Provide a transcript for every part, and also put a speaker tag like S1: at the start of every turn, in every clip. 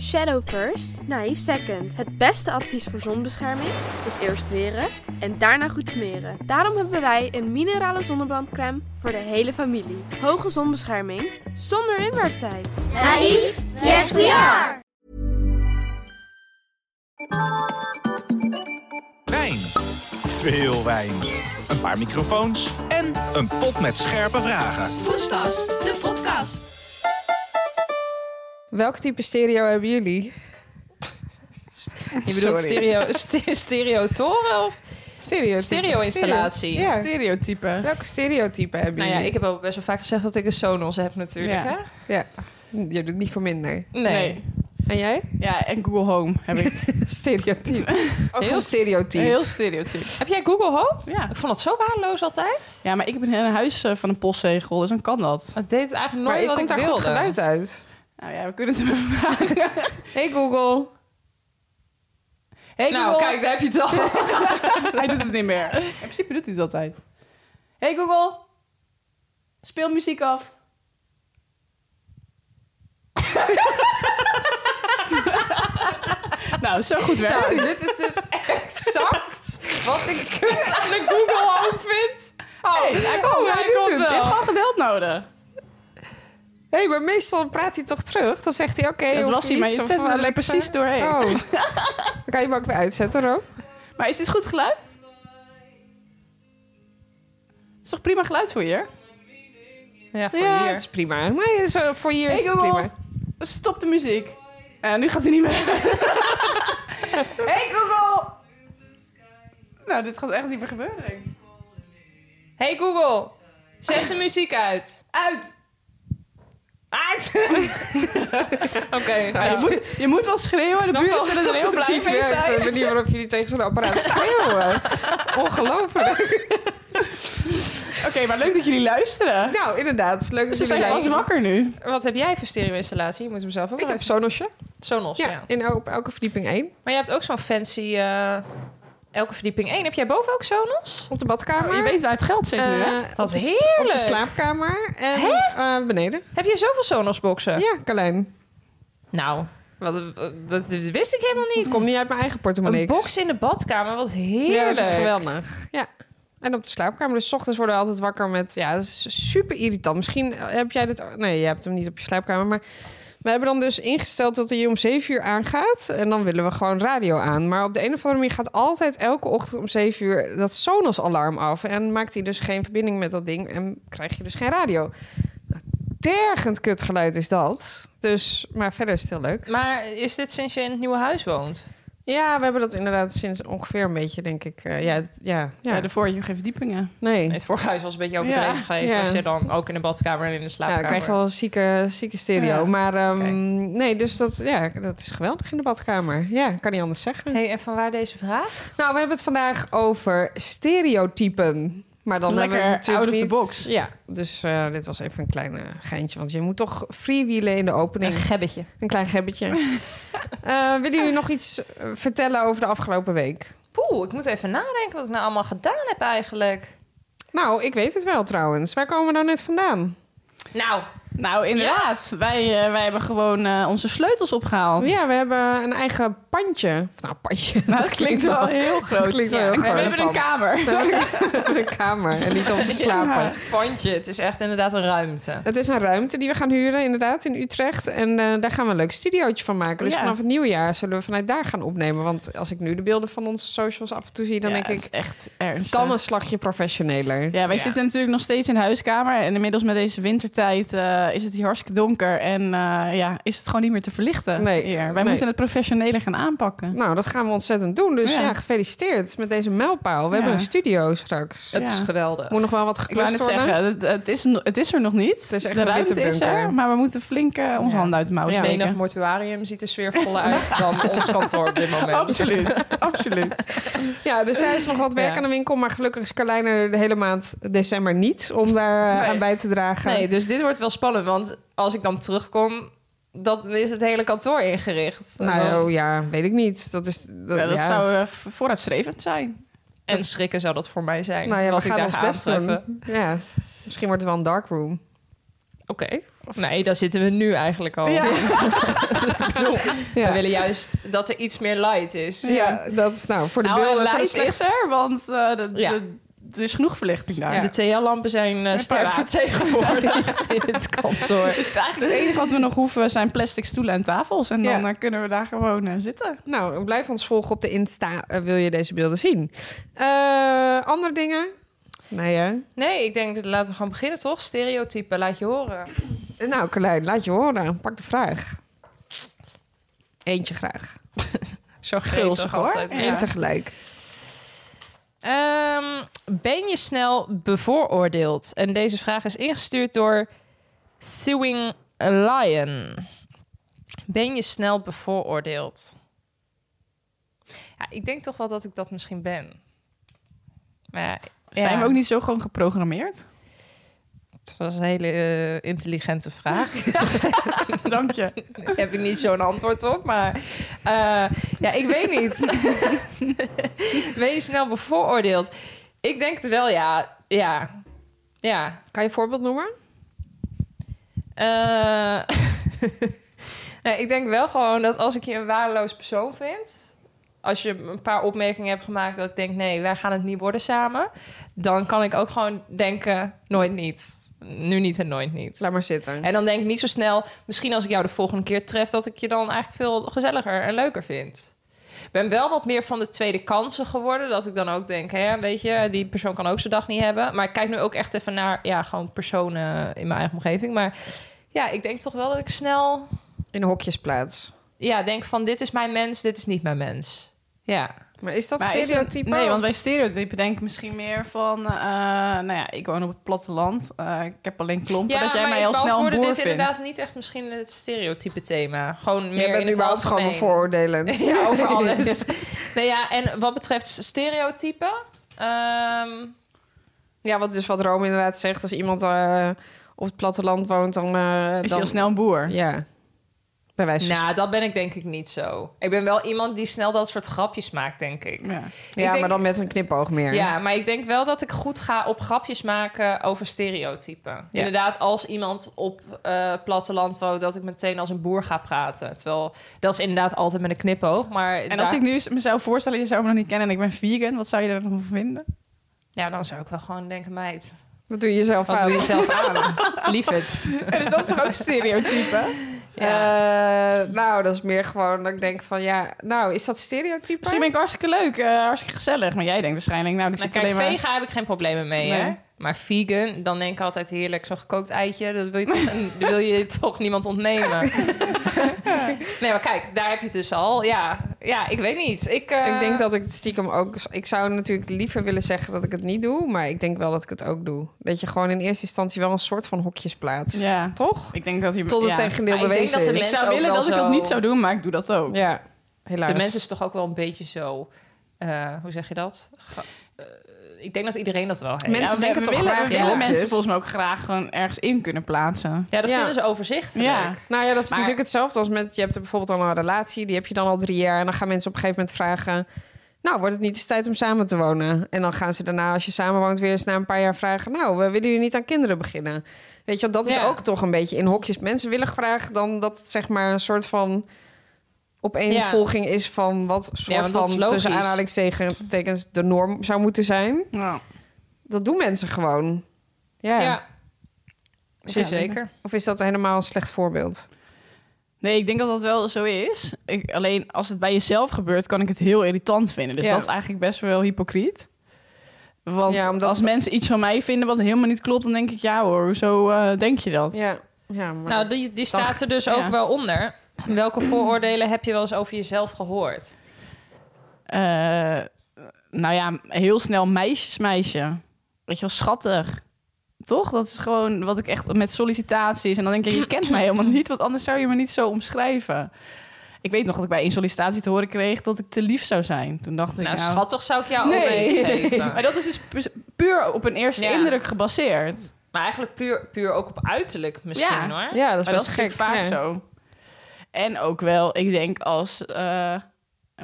S1: Shadow first, naïef second. Het beste advies voor zonbescherming is eerst weren en daarna goed smeren. Daarom hebben wij een minerale zonnebrandcrème voor de hele familie. Hoge zonbescherming zonder inwerktijd.
S2: Naïef? Yes, we are!
S3: Wijn. Veel wijn. Een paar microfoons en een pot met scherpe vragen.
S4: Poespas, de podcast.
S5: Welk type stereo hebben jullie? Je bedoelt stereo, ste- stereotoren of
S6: Stereotype.
S5: stereo-installatie?
S6: Stereo- ja.
S7: Stereotypen.
S6: Welke stereotypen hebben
S5: Nou ja,
S6: jullie?
S5: ik heb al best wel vaak gezegd dat ik een Sonos heb natuurlijk,
S7: Ja.
S5: hè?
S6: ja, je doet niet voor minder.
S5: Nee.
S7: Nee.
S6: En jij?
S7: Ja, en Google Home heb ik.
S6: Stereotype.
S5: Oh,
S6: Heel
S5: goed.
S6: stereotyp.
S7: Heel stereotyp.
S5: Heb jij Google Home?
S7: Ja.
S5: Ik vond het zo waardeloos altijd.
S7: ja, maar ik heb een hele huis eh, van een postzegel, dus dan kan dat.
S5: Het deed eigenlijk
S6: maar
S5: nooit
S6: ik
S5: wat
S6: kom
S5: ik
S6: daar
S5: wilde.
S6: goed geluid uit.
S7: Nou ja, we kunnen het even vragen.
S6: Hey Google.
S7: Hey,
S5: nou,
S7: Google.
S5: kijk, daar heb je het al.
S7: Hij doet het niet meer. In principe doet hij het altijd. Hey Google, speel muziek af. nou, zo goed werkt
S5: Nou,
S7: het.
S5: dit is dus exact wat ik kut aan de Google Home vind. Oh, hij komt,
S7: Oh, hij
S5: hij
S7: doet
S5: komt
S7: het. Je
S5: wel.
S7: hebt gewoon geduld nodig.
S6: Hé, hey, maar meestal praat hij toch terug? Dan zegt hij oké
S7: Dat
S6: of
S7: was hij,
S6: iets,
S7: maar je
S6: of
S7: zet hem er
S6: Alexa.
S7: precies doorheen.
S6: Oh. dan kan je hem ook weer uitzetten, Ro.
S7: Maar is dit goed geluid? Het is toch prima geluid voor hier?
S5: Ja, voor
S6: Ja,
S5: hier.
S6: het is prima. Nee, zo, voor hier
S7: Hey
S6: is het
S7: Google.
S6: prima.
S7: Stop de muziek. Eh, nu gaat hij niet meer. hey Google! Nou, dit gaat echt niet meer gebeuren, denk ik.
S5: Hey Google, zet de muziek uit.
S7: Uit!
S5: Uit! Oké,
S7: Ja, je,
S5: nou,
S7: moet, je moet wel schreeuwen, de
S5: Snap
S7: buren
S5: wel
S7: zullen er heel
S5: dat het
S7: blij
S6: Het
S7: mee
S6: werkt.
S7: zijn.
S6: De manier waarop jullie tegen zo'n apparaat schreeuwen. Ongelooflijk.
S7: Oké, maar leuk dat jullie luisteren.
S6: Nou, inderdaad. Leuk dat
S7: Ze
S6: jullie
S7: zijn vast
S6: luisteren.
S7: wakker nu.
S5: wat heb jij voor stereo-installatie? Je moet hem zelf ook
S6: Ik
S5: wel
S6: heb
S5: even-
S6: Sonosje.
S5: Sonos, ja.
S6: Ja, in el- op elke verdieping één.
S5: Maar je hebt ook zo'n fancy... eh, elke verdieping één. Heb jij boven ook Sonos?
S6: Op de badkamer.
S7: Oh, Je weet waar het geld zit nu, hè?
S6: Eh,
S5: Wat
S6: op de, Op
S5: heerlijk.
S6: de slaapkamer. En eh, beneden.
S5: Heb jij zoveel Sonos-boxen?
S6: Ja, Carlijn.
S5: Nou, wat, wat- dat wist ik helemaal niet.
S6: Het komt niet uit mijn eigen portemonnee.
S5: Een box in de badkamer, wat heerlijk.
S6: Ja, dat is geweldig. Ja. En op de slaapkamer. Dus 's ochtends worden we altijd wakker met... Ja, dat is super irritant. Misschien eh, heb jij dit... Nee, je hebt hem niet op je slaapkamer. Maar we hebben dan dus ingesteld dat hij om 7 uur aangaat. En dan willen we gewoon radio aan. Maar op de een of andere manier gaat altijd elke ochtend om 7 uur... dat Sonos-alarm af. En maakt hij dus geen verbinding met dat ding. En krijg je dus geen radio. Nou, Tergend kut geluid is dat. Dus, maar verder is het heel leuk.
S5: Maar is dit sinds je in het nieuwe huis woont?
S6: Ja, we hebben dat inderdaad sinds ongeveer een beetje, denk ik. eh, ja, het- ja, ja,
S7: Ja, de vorige geen verdiepingen.
S6: nee.
S5: Nee, Het vorige huis was een beetje overdreven
S7: Ja,
S5: geweest.
S6: ja.
S5: Als je dan ook in de badkamer en in de
S6: Ja,
S5: slaapkamer...
S6: dan krijg je wel een zieke, zieke stereo.
S7: Ja.
S6: Maar ehm, nee, dus dat, ja, dat is geweldig in de badkamer. Ja, kan niet anders zeggen.
S5: Hey, en vanwaar deze vraag?
S6: Nou, we hebben het vandaag over stereotypen. Maar dan
S7: Lekker
S6: hebben we het natuurlijk
S7: out of the
S6: niet-
S7: box.
S6: Ja, dus eh, dit was even een klein eh, geintje. Want je moet toch freewheelen in de opening.
S5: gebbetje.
S6: Een klein gebbetje. Eh, willen jullie nog iets eh, vertellen over de afgelopen week?
S5: Poeh, ik moet even nadenken wat ik nou allemaal gedaan heb eigenlijk.
S6: Nou, ik weet het wel trouwens. Waar komen we nou net vandaan?
S5: Nou,
S7: Nou, inderdaad. Wij, eh, wij hebben gewoon eh, onze sleutels opgehaald.
S6: Ja, we hebben een eigen pandje. Of nou, pandje.
S7: Nou, dat klinkt wel heel groot.
S6: Dat klinkt wel
S5: Ja,
S6: heel
S5: we
S6: groot.
S5: hebben een
S6: pand.
S7: kamer.
S6: een kamer en niet om te slapen.
S5: pandje, het is echt inderdaad een ruimte.
S6: Het is een ruimte die we gaan huren, inderdaad, in Utrecht. En eh, daar gaan we een leuk studiootje van maken. Dus
S7: Ja.
S6: vanaf het nieuwe jaar zullen we vanuit daar gaan opnemen. Want als ik nu de beelden van onze socials af en toe zie, dan
S7: Ja,
S6: denk
S7: het
S6: ik...
S7: is echt
S6: Het
S7: ernstig.
S6: kan een slagje professioneler.
S7: Ja, wij zitten natuurlijk nog steeds in de huiskamer. En inmiddels met deze wintertijd eh, is het hier hartstikke donker. En eh, ja, is het gewoon niet meer te verlichten
S6: Nee,
S7: hier. Wij
S6: nee.
S7: moeten het professioneler gaan aanpakken.
S6: Nou, dat gaan we ontzettend doen. Dus ja,
S7: Ja.
S6: gefeliciteerd met deze mijlpaal. We
S7: Ja.
S6: hebben een studio straks.
S5: Het is
S7: Ja.
S5: geweldig.
S6: Moet nog wel wat
S7: Ik wou
S6: geklust
S7: net
S6: worden.
S7: zeggen, het, het is, no- het is er nog niet.
S6: Het is echt
S7: de
S6: een
S7: ruimte
S6: witte
S7: is er,
S6: bunker.
S7: maar we moeten flink eh, onze
S5: Ja.
S7: handen uit de mouw
S5: Als menig
S7: steken.
S5: mortuarium ziet er sfeervoller uit dan ons kantoor op dit moment.
S7: absoluut, absoluut.
S6: Ja, dus daar is nog wat werk
S5: Ja.
S6: aan de winkel. Maar gelukkig is Carlijn er de hele maand december niet om daar eh,
S5: Nee.
S6: aan bij te dragen.
S5: Nee, dus dit wordt wel spannend, want als ik dan terugkom, dan is het hele kantoor ingericht. En dan-
S6: Nou ja, weet ik niet. Dat is... Dat,
S7: Ja, dat
S6: ja.
S7: zou eh, v- vooruitstrevend zijn.
S5: en schrikken zou dat voor mij zijn.
S6: Nou ja, we
S5: wat ik
S6: gaan
S5: daar eh.
S6: ons
S5: ga
S6: best
S5: aantreffen.
S6: doen. Ja, misschien wordt het wel een dark room.
S5: Oké, Nee, daar zitten we nu eigenlijk
S6: Oh.
S5: al.
S7: Ja.
S5: Ik bedoel,
S6: Ja.
S5: We willen juist dat er iets meer light is.
S6: Ja, dat is nou voor de
S5: Nou, en
S6: beelden. Voor de
S5: light
S6: slechte-
S7: Slechter, want eh, dat-
S5: Ja.
S7: dat- er is genoeg verlichting daar.
S6: Ja.
S5: De TL-lampen zijn eh, sterk
S7: paraat.
S5: vertegenwoordigd in het kantoor.
S7: Dus eigenlijk het enige wat we nog hoeven zijn plastic stoelen en tafels. En dan
S6: Ja.
S7: eh, kunnen we daar gewoon eh, zitten.
S6: Nou, blijf ons volgen op de Insta. eh, wil je deze beelden zien? Eh, andere dingen? Nee, hè?
S5: Nee, ik denk, laten we gewoon beginnen, toch? Stereotypen, laat je horen.
S6: Nou, Carlijn, laat je horen. Pak de vraag. Eentje graag.
S5: Zo
S7: Gulzig,
S5: gulzig
S7: hoor.
S5: altijd.
S7: Ja.
S5: hè?
S6: En tegelijk.
S5: Ehm, ben je snel bevooroordeeld? En deze vraag is ingestuurd door Suing Lion. Ben je snel bevooroordeeld? Ja, ik denk toch wel dat ik dat misschien ben. Maar ja,
S7: Zijn
S5: ja,
S7: we ook niet zo gewoon geprogrammeerd?
S5: Het was een hele eh, intelligente vraag.
S7: Dank je.
S5: heb ik niet zo'n antwoord op, maar eh, ja, ik weet niet. ben je snel bevooroordeeld? Ik denk het wel, ja. Ja. Ja.
S6: Kan je een voorbeeld noemen?
S5: Eh, nou, ik denk wel gewoon dat als ik je een waardeloos persoon vind, als je een paar opmerkingen hebt gemaakt dat ik denk, nee, wij gaan het niet worden samen, dan kan ik ook gewoon denken, nooit niet. Nu niet en nooit niet.
S6: Laat maar zitten.
S5: En dan denk ik niet zo snel, misschien als ik jou de volgende keer tref, dat ik je dan eigenlijk veel gezelliger en leuker vind. Ik ben wel wat meer van de tweede kansen geworden. Dat ik dan ook denk, hè, weet je, die persoon kan ook zijn dag niet hebben. Maar ik kijk nu ook echt even naar, ja, gewoon personen in mijn eigen omgeving. Maar ja, ik denk toch wel dat ik snel,
S6: In hokjesplaats.
S5: ja, denk van dit is mijn mens, dit is niet mijn mens. Ja.
S6: Maar is dat
S7: Maar is
S6: stereotype?
S7: het- nee,
S6: of-
S7: want wij stereotypen denken misschien meer van... eh, nou ja, ik woon op het platteland. eh, ik heb alleen klompen.
S5: Ja,
S7: dat jij
S5: maar
S7: mij
S5: ik
S7: al snel een
S5: beantwoordde
S7: boer
S5: dit
S7: vindt.
S5: inderdaad niet echt misschien het stereotype thema. Gewoon meer
S6: je
S5: in
S6: bent
S5: het
S6: überhaupt gewoon
S5: algemeen.
S6: bevooroordelend.
S5: Ja, over alles. nou ja, en wat betreft stereotypen. ehm,
S6: Ja, wat dus wat Rome inderdaad zegt, als iemand eh, op het platteland woont, dan... eh,
S7: Is
S6: dan
S7: je al snel een boer?
S6: Ja. Bij wijze van
S7: dus
S5: nou, dat ben ik denk ik niet zo. Ik ben wel iemand die snel dat soort grapjes maakt, denk ik.
S7: Ja.
S6: spreken. Ja,
S5: ik denk-
S6: maar dan met een knipoog meer.
S5: Ja, maar ik denk wel dat ik goed ga op grapjes maken over stereotypen. Inderdaad, als iemand op eh, platteland woont, dat ik meteen als een boer ga praten. Terwijl, dat is inderdaad altijd met een knipoog. Maar
S7: En als
S5: daar-
S7: ik nu eens mezelf voorstellen, je zou me nog niet kennen en ik ben vegan. Wat zou je daar nog van vinden?
S5: Ja, dan zou ik wel gewoon denken, meid,
S6: Dat doe je zelf
S5: wat
S6: aan.
S5: doe je zelf aan? Lief het.
S7: Ja, dus dat is toch ook stereotypen?
S6: Eh, nou, dat is meer gewoon dat ik denk van, ja... Nou, is dat stereotype?
S7: Misschien ben ik hartstikke leuk, eh, hartstikke gezellig. Maar jij denkt waarschijnlijk, nou, ik
S5: Maar
S7: zit
S5: kijk,
S7: alleen maar...
S5: vega heb ik geen problemen mee, hè?
S7: Nee.
S5: Maar vegan, dan denk ik altijd heerlijk, zo'n gekookt eitje, dat wil je toch, dat wil je toch niemand ontnemen. nee, maar kijk, daar heb je het dus al. Ja, ja ik weet niet. Ik, eh,
S6: Ik denk dat ik het stiekem ook... Ik zou natuurlijk liever willen zeggen dat ik het niet doe, maar ik denk wel dat ik het ook doe. Dat je gewoon in eerste instantie wel een soort van hokjes plaatst.
S7: Ja.
S6: Toch?
S7: Ik denk dat je...
S6: Tot het
S7: ja.
S6: tegendeel
S5: Maar ik denk
S6: bewezen
S5: dat de
S6: is.
S7: Ik
S5: mensen
S7: zou
S5: ook
S7: willen
S5: wel
S7: dat ik dat
S5: zo-
S7: niet zou doen, maar ik doe dat ook.
S6: Ja, helaas.
S5: de mens is toch ook wel een beetje zo... eh, hoe zeg je dat? Ge- eh, ik denk dat iedereen dat wel heeft.
S6: Mensen
S7: we-
S6: denken
S7: we
S6: toch
S7: willen,
S6: graag
S7: we
S6: in
S7: willen
S6: hokjes.
S7: mensen volgens mij ook graag gewoon ergens in kunnen plaatsen.
S5: ja, dat
S6: Ja.
S5: vinden ze overzichtelijk.
S7: Ja.
S6: Nou ja, dat is
S5: Maar-
S6: natuurlijk hetzelfde als met... Je hebt bijvoorbeeld al een relatie, die heb je dan al drie jaar... en dan gaan mensen op een gegeven moment vragen... Nou, wordt het niet eens tijd om samen te wonen? En dan gaan ze daarna, als je samen woont, weer eens na een paar jaar vragen... Nou, eh, willen jullie niet aan kinderen beginnen? Weet je, wel, dat is
S5: Ja.
S6: ook toch een beetje in hokjes. Mensen willen graag dan dat het zeg maar een soort van opeenvolging is... van wat
S5: want
S6: soort
S5: dat is
S6: van
S5: logisch.
S6: tussen aanhalingstekens de norm zou moeten zijn.
S7: Nou,
S6: Dat doen mensen gewoon. Ja.
S5: Ja, zeker.
S6: Of is dat helemaal een slecht voorbeeld?
S7: Nee, ik denk dat dat wel zo is. Ik, alleen als het bij jezelf gebeurt, kan ik het heel irritant vinden. Dus
S6: Ja.
S7: dat is eigenlijk best wel hypocriet. Want
S6: Ja, omdat
S7: als
S6: het-
S7: mensen iets van mij vinden wat helemaal niet klopt, dan denk ik, ja hoor, hoezo eh, denk je dat?
S6: Ja. ja maar
S5: Nou, die, die staat er dus
S7: ja.
S5: ook wel onder. Welke vooroordelen heb je wel eens over jezelf gehoord?
S7: Eh, nou ja, heel snel meisjesmeisje. Weet je wel, schattig. Toch? Dat is gewoon wat ik echt met sollicitaties... En dan denk je, je kent mij helemaal niet, want anders zou je me niet zo omschrijven. Ik weet nog dat ik bij een sollicitatie te horen kreeg dat ik te lief zou zijn. Toen dacht ik,
S5: Nou,
S7: nou...
S5: schattig zou ik jou ook
S7: nee.
S5: meegeven.
S7: Maar dat is dus pu- puur op een eerste
S5: Ja.
S7: indruk gebaseerd.
S5: Maar eigenlijk puur, puur ook op uiterlijk
S7: Ja.
S5: misschien, hoor.
S6: Ja, dat is
S7: Maar
S6: best
S7: dat is
S6: gek.
S7: natuurlijk vaak
S6: ja.
S7: zo. En ook wel, ik denk als eh,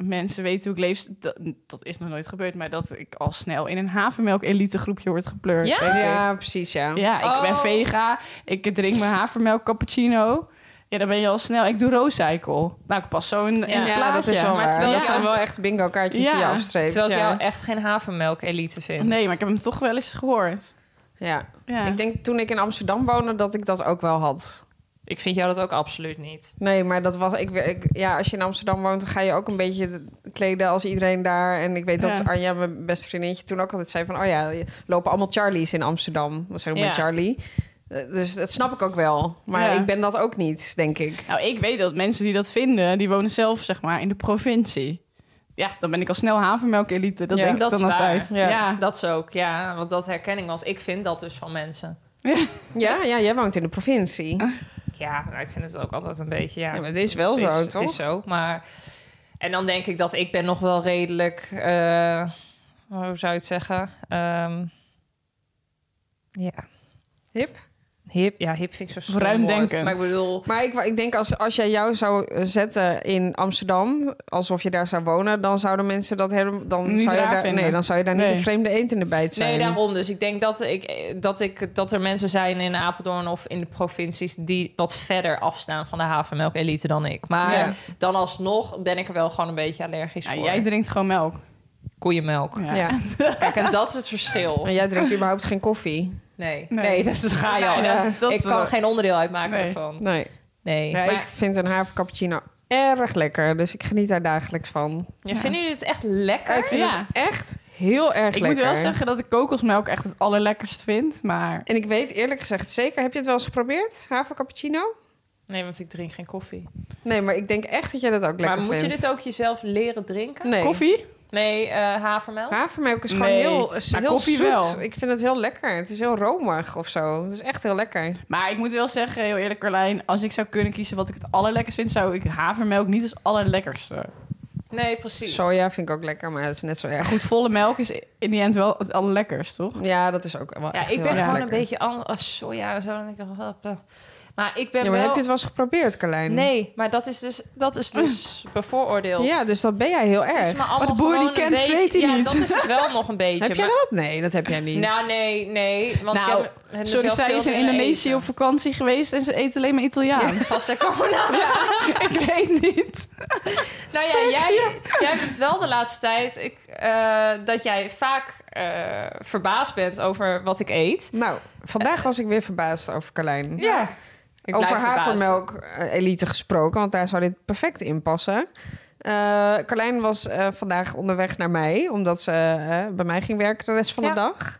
S7: mensen weten hoe ik leef. Dat, dat is nog nooit gebeurd, maar dat ik al snel in een havermelk elite groepje word gepleurd.
S5: Ja?
S7: weet je.
S6: Ja, precies, ja.
S7: Ja, ik ben
S5: Oh.
S7: vega. Ik drink mijn havermelk cappuccino. Ja, dan ben je al snel. Ik doe rooscycle. Nou, ik pas zo in, in
S5: Ja,
S7: het
S6: Ja,
S7: plaatje.
S6: dat is wel
S5: Maar
S6: waar.
S5: terwijl
S6: dat
S5: je-
S6: zijn wel echt bingo kaartjes die je
S7: Ja.
S6: afstreept.
S5: Terwijl ik
S6: ja.
S5: jou echt geen havermelk-elite vind.
S7: Nee, maar ik heb hem toch wel eens gehoord.
S6: Ja.
S7: Ja.
S6: Ik denk toen ik in Amsterdam woonde dat ik dat ook wel had.
S5: Ik vind jou dat ook absoluut niet.
S6: Nee, maar dat was ik, ik ja, als je in Amsterdam woont, dan ga je ook een beetje kleden als iedereen daar. En ik weet dat
S7: Ja.
S6: Anja, mijn beste vriendinnetje, toen ook altijd zei van, oh ja, je- lopen allemaal Charlies in Amsterdam. Dat zijn allemaal
S7: Ja.
S6: Charlie. Eh, Dus dat snap ik ook wel. Maar
S7: Ja.
S6: ik ben dat ook niet, denk ik.
S7: Nou, ik weet dat mensen die dat vinden, die wonen zelf zeg maar in de provincie. Ja, dan ben ik al snel havermelk-elite. Dat
S6: Ja,
S7: denk ik
S5: dat
S7: dan
S5: is waar.
S7: altijd. Ja. Ja.
S5: Dat is ook, ja. Want dat herkenning was. Ik vind dat dus van mensen.
S6: Ja, ja, jij woont in de provincie.
S5: Ja, nou, ik vind het ook altijd een beetje. Ja,
S6: Ja, maar het is wel zo,
S5: is, Het
S6: toch?
S5: is zo, maar. En dan denk ik dat ik ben nog wel redelijk. eh, hoe zou je het zeggen? Ehm, ja,
S6: Hip.
S5: hip. Ja, hip vind ik zo stom
S7: Ruim
S5: woord.
S7: denkend.
S5: Maar ik bedoel.
S6: Maar ik, ik denk als, als jij jou zou eh, zetten in Amsterdam, alsof je daar zou wonen, dan zouden mensen dat helemaal. Dan
S7: Niet
S6: zou je
S7: raar
S6: daar,
S7: vinden.
S6: Nee, dan zou je daar niet
S7: Nee.
S6: een vreemde eend in de bijt zijn.
S5: Nee, daarom. Dus ik denk dat, ik, eh, dat, ik, dat er mensen zijn in Apeldoorn of in de provincies die wat verder afstaan van de havermelk-elite dan ik. Maar
S6: Ja.
S5: dan alsnog ben ik er wel gewoon een beetje allergisch voor.
S7: jij drinkt gewoon melk.
S5: Koeienmelk.
S7: Ja.
S6: Ja.
S5: Kijk, en dat is het verschil.
S6: Maar jij drinkt überhaupt geen koffie.
S5: Nee, nee,
S7: Nee.
S5: dat is ga je
S7: Ja,
S5: al.
S7: ja, dat
S5: ik
S7: is
S5: kan
S7: wel-
S5: geen onderdeel uitmaken
S7: Nee.
S5: ervan.
S6: Nee.
S5: Nee.
S6: Ja,
S5: maar,
S6: ik vind een havercappuccino erg lekker, dus ik geniet daar dagelijks van.
S5: Ja, Vinden jullie het echt lekker?
S6: Ja, ik vind
S7: Ja.
S6: het echt heel erg
S7: Ik
S6: lekker.
S7: moet wel zeggen dat ik kokosmelk echt het allerlekkerst vind, maar
S6: En ik weet eerlijk gezegd zeker, heb je het wel eens geprobeerd? Havercappuccino?
S5: Nee, want ik drink geen koffie.
S6: Nee, maar ik denk echt dat jij dat ook lekker
S5: maar moet
S6: vindt.
S5: je dit ook jezelf leren drinken?
S6: Nee.
S7: koffie?
S5: Nee, eh, havermelk?
S6: Havermelk is gewoon
S7: Nee,
S6: heel, is
S7: maar
S6: heel
S7: koffie
S6: zoet.
S7: wel.
S6: Ik vind het heel lekker. Het is heel romig of zo. Het is echt heel lekker.
S7: Maar ik moet wel zeggen, heel eerlijk Carlijn, als ik zou kunnen kiezen wat ik het allerlekkerst vind, zou ik havermelk niet als allerlekkerste.
S5: Nee, precies.
S6: Soja vind ik ook lekker, maar het is net zo erg.
S7: Goed, volle melk is in die end wel het allerlekkerst, toch?
S6: Ja, dat is ook wel
S5: Ja,
S6: echt
S5: ik
S6: heel
S5: ben
S6: erg
S5: gewoon
S6: lekker.
S5: een beetje anders. soja en zo. Dan denk ik, wel, eh, maar ik ben
S6: Ja, maar
S5: wel...
S6: heb je het wel eens geprobeerd, Carlijn?
S5: Nee, maar dat is dus, dat is dus bevooroordeeld.
S6: Ja, dus dat ben jij heel
S5: Het is
S6: erg.
S5: me allemaal
S7: de boer die
S5: gewoon een
S7: kent,
S5: beetje-
S7: weet hij
S5: ja,
S7: niet.
S5: dat is het wel nog een beetje.
S6: Heb jij
S5: maar-
S6: dat? Nee, dat heb jij niet.
S5: Nou, nee, nee. Want
S7: Nou,
S5: ik heb, heb
S7: Sorry,
S5: mezelf
S7: zij
S5: veel
S7: is in
S5: leren
S7: Indonesië
S5: eten.
S7: op vakantie geweest en ze eet alleen maar Italiaans.
S5: Vast daar komen we nou.
S7: ik weet niet.
S5: Nou ja, jij, jij bent wel de laatste tijd ik, eh, dat jij vaak eh, verbaasd bent over wat ik eet.
S6: Nou, vandaag was ik weer verbaasd over Carlijn.
S5: Ja. Ik
S6: over
S5: blijf verbaasd.
S6: havermelk eh, elite gesproken, want daar zou dit perfect in passen. Eh Carlijn was eh, vandaag onderweg naar mij, omdat ze eh, bij mij ging werken de rest van
S5: Ja.
S6: de dag.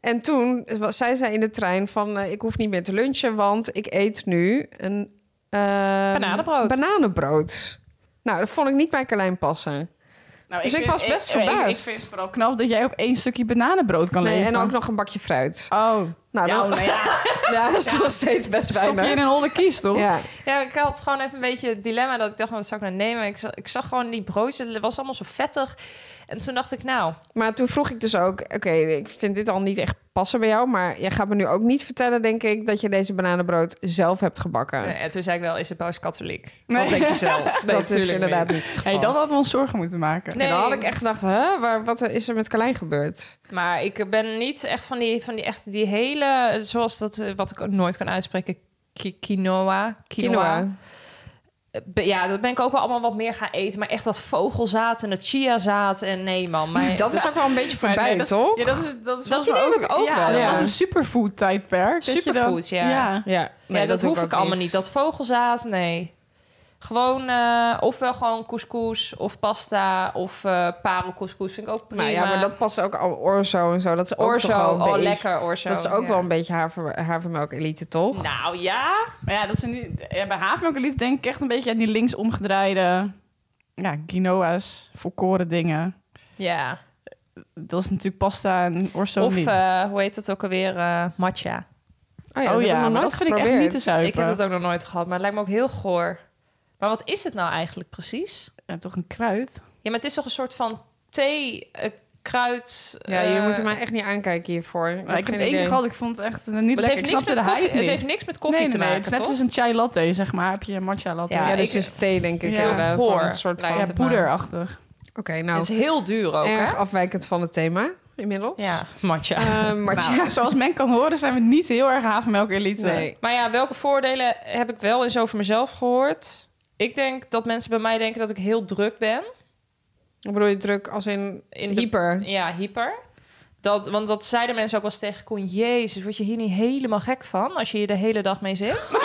S6: En toen was- zei zij in de trein van, eh, ik hoef niet meer te lunchen, want ik eet nu een... eh,
S5: Bananenbrood.
S6: Bananenbrood. Nou, dat vond ik niet bij Carlijn passen. Dus ik was best verbaasd.
S7: Nou, Ik, vind het vooral knap dat jij op één stukje bananenbrood kan
S6: Nee,
S7: leven.
S6: en ook nog een bakje fruit.
S7: Oh,
S6: Nou,
S7: ja,
S6: dan,
S7: nou ja,
S6: ja, dat is nog steeds best
S7: stop nou. je
S6: weinig.
S7: in een holle kies, toch?
S6: Ja.
S5: Ja, ik had gewoon even een beetje het dilemma dat ik dacht, wat zou ik nou nemen? Ik zag, ik zag gewoon die broodjes, het was allemaal zo vettig. En toen dacht ik, nou,
S6: Maar toen vroeg ik dus ook: Oké, ik vind dit al niet echt passen bij jou. Maar jij gaat me nu ook niet vertellen, denk ik, dat je deze bananenbrood zelf hebt gebakken.
S5: nee, eh, en toen zei ik wel, is het boos katholiek?
S7: Nee.
S5: Wat denk je zelf? Nee,
S6: dat is
S5: tuurlijk
S6: inderdaad
S5: niet.
S6: niet het geval.
S7: Hey, dan hadden we ons zorgen moeten maken.
S5: Nee.
S6: En dan had ik echt gedacht: hè, waar, wat is er met Carlijn gebeurd?
S5: Maar ik ben niet echt van die, van die, echt die hele, zoals dat, eh, wat ik ook nooit kan uitspreken, ki- quinoa. Quinoa. Eh, Be- Ja, dat ben ik ook wel allemaal wat meer gaan eten. Maar echt dat vogelzaad en dat chiazaad en nee man. Maar
S6: Dat is ook wel een beetje
S7: Maar
S6: voorbij,
S7: nee, dat-
S6: toch?
S7: Ja, dat is, dat is
S5: Dat
S7: was
S5: idee
S7: wel
S5: heb ik ook
S7: ja,
S5: wel,
S7: Dat
S6: ja.
S7: was een superfood tijdperk. dat je dan-
S5: Superfood, ja.
S7: ja.
S6: Ja, nee,
S5: ja, dat,
S6: doe
S5: hoef ik allemaal niet. Dat vogelzaad, nee. Gewoon, eh, ofwel gewoon couscous of pasta of eh parelcouscous vind ik ook prima.
S6: Maar Nou ja, maar dat past ook al orzo en zo. Dat is ook
S5: orzo,
S6: toch wel een
S5: oh
S6: beetje-
S5: lekker orzo.
S6: Dat is ook
S5: ja.
S6: wel een beetje haver, havermelk elite, toch?
S5: Nou ja,
S7: Maar ja, dat is niet, ja, bij havermelkelied denk ik echt een beetje aan die links omgedraaide... Ja, quinoa's, volkoren dingen.
S5: ja.
S7: Dat is natuurlijk pasta en orzo
S5: of
S7: niet.
S5: eh, hoe heet dat ook alweer, eh matcha.
S6: Oh ja,
S7: oh
S6: dat, heb ik nog
S7: ja, maar
S6: nooit
S7: dat vind ik echt niet
S6: geprobeerd.
S7: te zuipen.
S5: Ik heb dat ook nog nooit gehad, maar het lijkt me ook heel goor. Maar wat is het nou eigenlijk precies?
S7: Ja, toch een kruid?
S5: Ja, maar het is toch een soort van thee, eh, kruid.
S6: Ja,
S5: eh,
S6: jullie moeten mij echt niet aankijken hiervoor. Ik,
S7: Maar ik heb
S6: geen
S7: het één keer
S6: idee.
S7: gehad, ik vond het echt eh, niet
S5: maar het
S7: lekker.
S5: heeft,
S7: ik
S5: niks
S7: snapte
S5: met
S7: de
S5: koffie,
S7: hype
S5: het
S7: niet.
S5: heeft niks met koffie
S7: nee,
S5: te
S7: nee,
S5: maken,
S7: Het is net
S5: toch?
S7: als een chai latte, zeg maar. Heb je een matcha latte.
S5: Ja,
S6: Ja,
S5: ik-
S6: dus is thee denk ik
S7: Ja,
S6: inderdaad. van
S5: goor.
S6: Een soort van...
S5: Lijkt
S7: Ja,
S5: het
S7: poederachtig.
S6: Oké, nou,
S5: Het is heel duur ook,
S6: erg
S5: hè?
S6: afwijkend van het thema inmiddels.
S5: Ja, matcha.
S6: Eh, maar
S7: Nou,
S6: ja,
S7: Zoals men kan horen zijn we niet heel erg havenmelk elite.
S6: nee.
S5: Maar ja, welke voordelen heb ik wel eens over mezelf gehoord? Ik denk dat mensen bij mij denken dat ik heel druk ben.
S6: Ik bedoel je druk als in,
S5: In de-
S6: hyper?
S5: Ja, hyper. Dat, want dat zeiden mensen ook wel eens tegen Koen. Jezus, word je hier niet helemaal gek van als je hier de hele dag mee zit?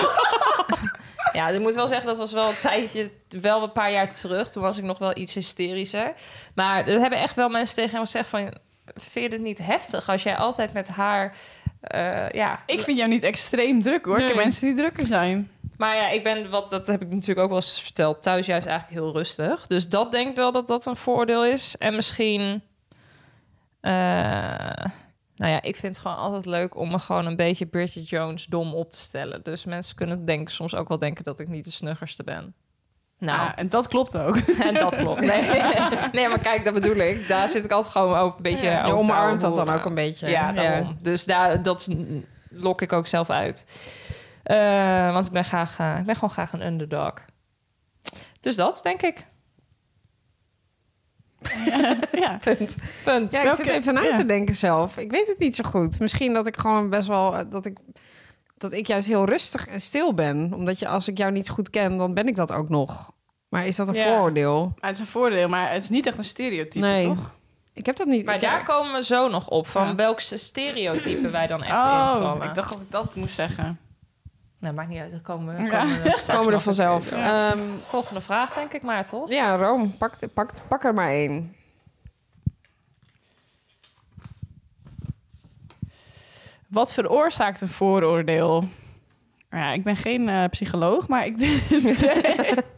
S5: ja, ik moet wel zeggen, dat was wel een tijdje, wel een paar jaar terug. Toen was ik nog wel iets hysterischer. Maar er hebben echt wel mensen tegen hem gezegd van... Vind je het niet heftig als jij altijd met haar... eh, ja,
S7: Ik vind jou niet extreem druk hoor. Ik ken
S6: Nee.
S7: mensen die drukker zijn.
S5: Maar ja, ik ben, wat, dat heb ik natuurlijk ook wel eens verteld, thuis juist eigenlijk heel rustig. Dus dat denk ik wel dat dat een voordeel is. En misschien, eh, nou ja, ik vind het gewoon altijd leuk om me gewoon een beetje Bridget Jones dom op te stellen. Dus mensen kunnen denk, ik, soms ook wel denken dat ik niet de snuggerste ben. Nou,
S7: Ja, en dat klopt ook.
S6: Ah.
S5: en dat klopt. Nee. nee, maar kijk, dat bedoel ik. Daar zit ik altijd gewoon ook een beetje
S6: Je
S5: over te
S6: omarmt dat dan
S5: ouwehoeren.
S6: ook een beetje.
S5: Ja, daarom. Dus daar, dat lok ik ook zelf uit. Eh, want ik ben, graag, eh, ik ben gewoon graag een underdog. Dus dat, denk ik.
S7: ja.
S6: Punt.
S5: Punt.
S6: Ja, ik
S7: Welke-
S6: zit even na
S7: ja.
S6: te denken zelf. Ik weet het niet zo goed. Misschien dat ik gewoon best wel... eh, Dat ik, dat ik juist heel rustig en stil ben. Omdat je, als ik jou niet goed ken, dan ben ik dat ook nog. Maar is dat een
S7: Ja.
S6: vooroordeel?
S7: Maar het is een voordeel, maar het is niet echt een stereotype,
S6: Nee.
S7: toch?
S6: Ik heb dat niet.
S5: Maar
S6: ik- eh,
S5: daar komen we zo nog op. Van
S7: Ja.
S5: welk stereotype wij dan echt
S7: oh,
S5: invallen.
S7: ik dacht dat ik dat moest zeggen.
S5: Nou, maakt niet uit. Dan komen we,
S7: Ja.
S5: komen we straks
S6: komen er
S5: nog.
S6: vanzelf. Ehm, Ja,
S5: Volgende vraag, denk ik maar, toch?
S6: ja Rome, pak, pak, pak er maar één.
S7: Wat veroorzaakt een vooroordeel? Ja, ik ben geen eh, psycholoog, maar ik denk...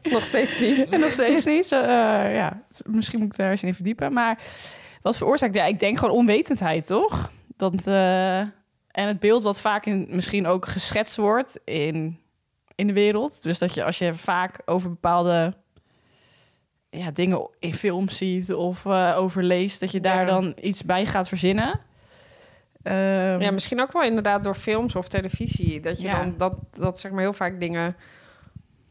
S6: Nog steeds niet.
S7: nog steeds niet. Zo, eh, ja. Misschien moet ik daar eens in verdiepen. Maar wat veroorzaakt? Ja, ik denk gewoon onwetendheid, toch? Dat, eh, en het beeld wat vaak in, misschien ook geschetst wordt in, in de wereld. Dus dat je als je vaak over bepaalde ja, dingen in films ziet of eh overleest... dat je daar
S6: Ja.
S7: dan iets bij gaat verzinnen. Ehm,
S6: Ja, misschien ook wel inderdaad door films of televisie. Dat je
S7: Ja.
S6: dan dat, dat zeg maar heel vaak dingen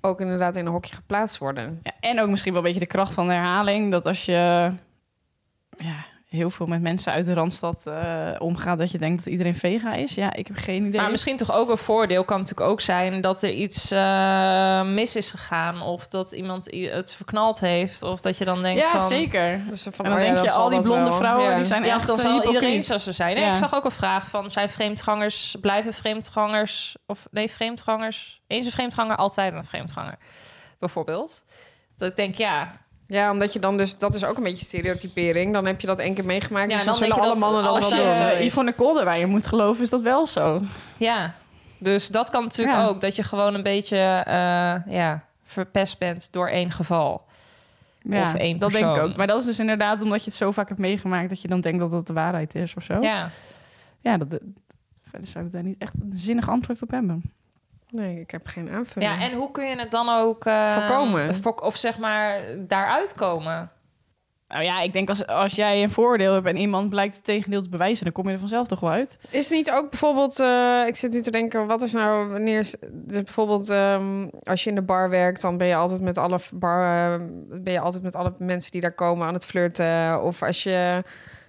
S6: ook inderdaad in een hokje geplaatst worden.
S7: Ja, en ook misschien wel een beetje de kracht van de herhaling. Dat als je ja, heel veel met mensen uit de Randstad eh, omgaat... dat je denkt dat iedereen vega is. Ja, ik heb geen idee.
S5: Maar misschien toch ook een voordeel kan natuurlijk ook zijn dat er iets eh, mis is gegaan. Of dat iemand i- het verknald heeft. Of dat je dan denkt
S7: ja,
S5: van...
S7: zeker.
S6: Dus van,
S7: En dan
S6: oh ja,
S7: denk
S6: dat
S7: je,
S6: zal
S7: al die
S6: dat
S7: blonde
S6: wel.
S7: vrouwen
S6: Ja.
S7: die zijn
S5: Ja, of
S7: echt
S5: dan
S7: eh,
S5: zal iedereen
S7: hypocriet.
S5: zo zo zijn. Nee,
S7: Ja.
S5: ik zag ook een vraag van... zijn vreemdgangers, blijven vreemdgangers... of nee, vreemdgangers... eens een vreemdganger, altijd een vreemdganger. Bijvoorbeeld. Dat ik denk, ja...
S6: Ja, omdat je dan dus, dat is ook een beetje stereotypering. Dan heb je dat één keer meegemaakt.
S5: Ja,
S6: dus
S5: en
S6: dan
S5: dan
S6: zullen
S5: denk je
S6: alle
S5: dat
S6: mannen dat
S5: als
S6: wel
S5: je-
S6: doen.
S7: Als
S5: zo
S7: je eh,
S5: is.
S7: Yvonne Kolderweijer moet geloven, is dat wel zo.
S5: ja. Dus dat kan natuurlijk
S7: Ja.
S5: ook. Dat je gewoon een beetje eh, ja, verpest bent door één geval.
S7: Ja,
S5: Of één
S7: dat denk ik
S5: persoon.
S7: ook. Maar dat is dus inderdaad omdat je het zo vaak hebt meegemaakt... dat je dan denkt dat dat de waarheid is of zo.
S5: Ja.
S7: Ja, dat, dat- verder zou ik daar niet echt een zinnig antwoord op hebben.
S6: Nee, ik heb geen aanvulling.
S5: ja, en hoe kun je het dan ook... eh,
S6: Voorkomen.
S5: voork- of zeg maar daaruit komen.
S7: Nou ja, ik denk als, als jij een voordeel hebt en iemand blijkt het tegendeel te bewijzen, dan kom je er vanzelf toch wel uit.
S6: Is het niet ook bijvoorbeeld, eh, ik zit nu te denken, wat is nou wanneer, is- dus bijvoorbeeld ehm, als je in de bar werkt, dan ben je altijd met alle bar, eh, ben je altijd met alle mensen die daar komen aan het flirten, of als je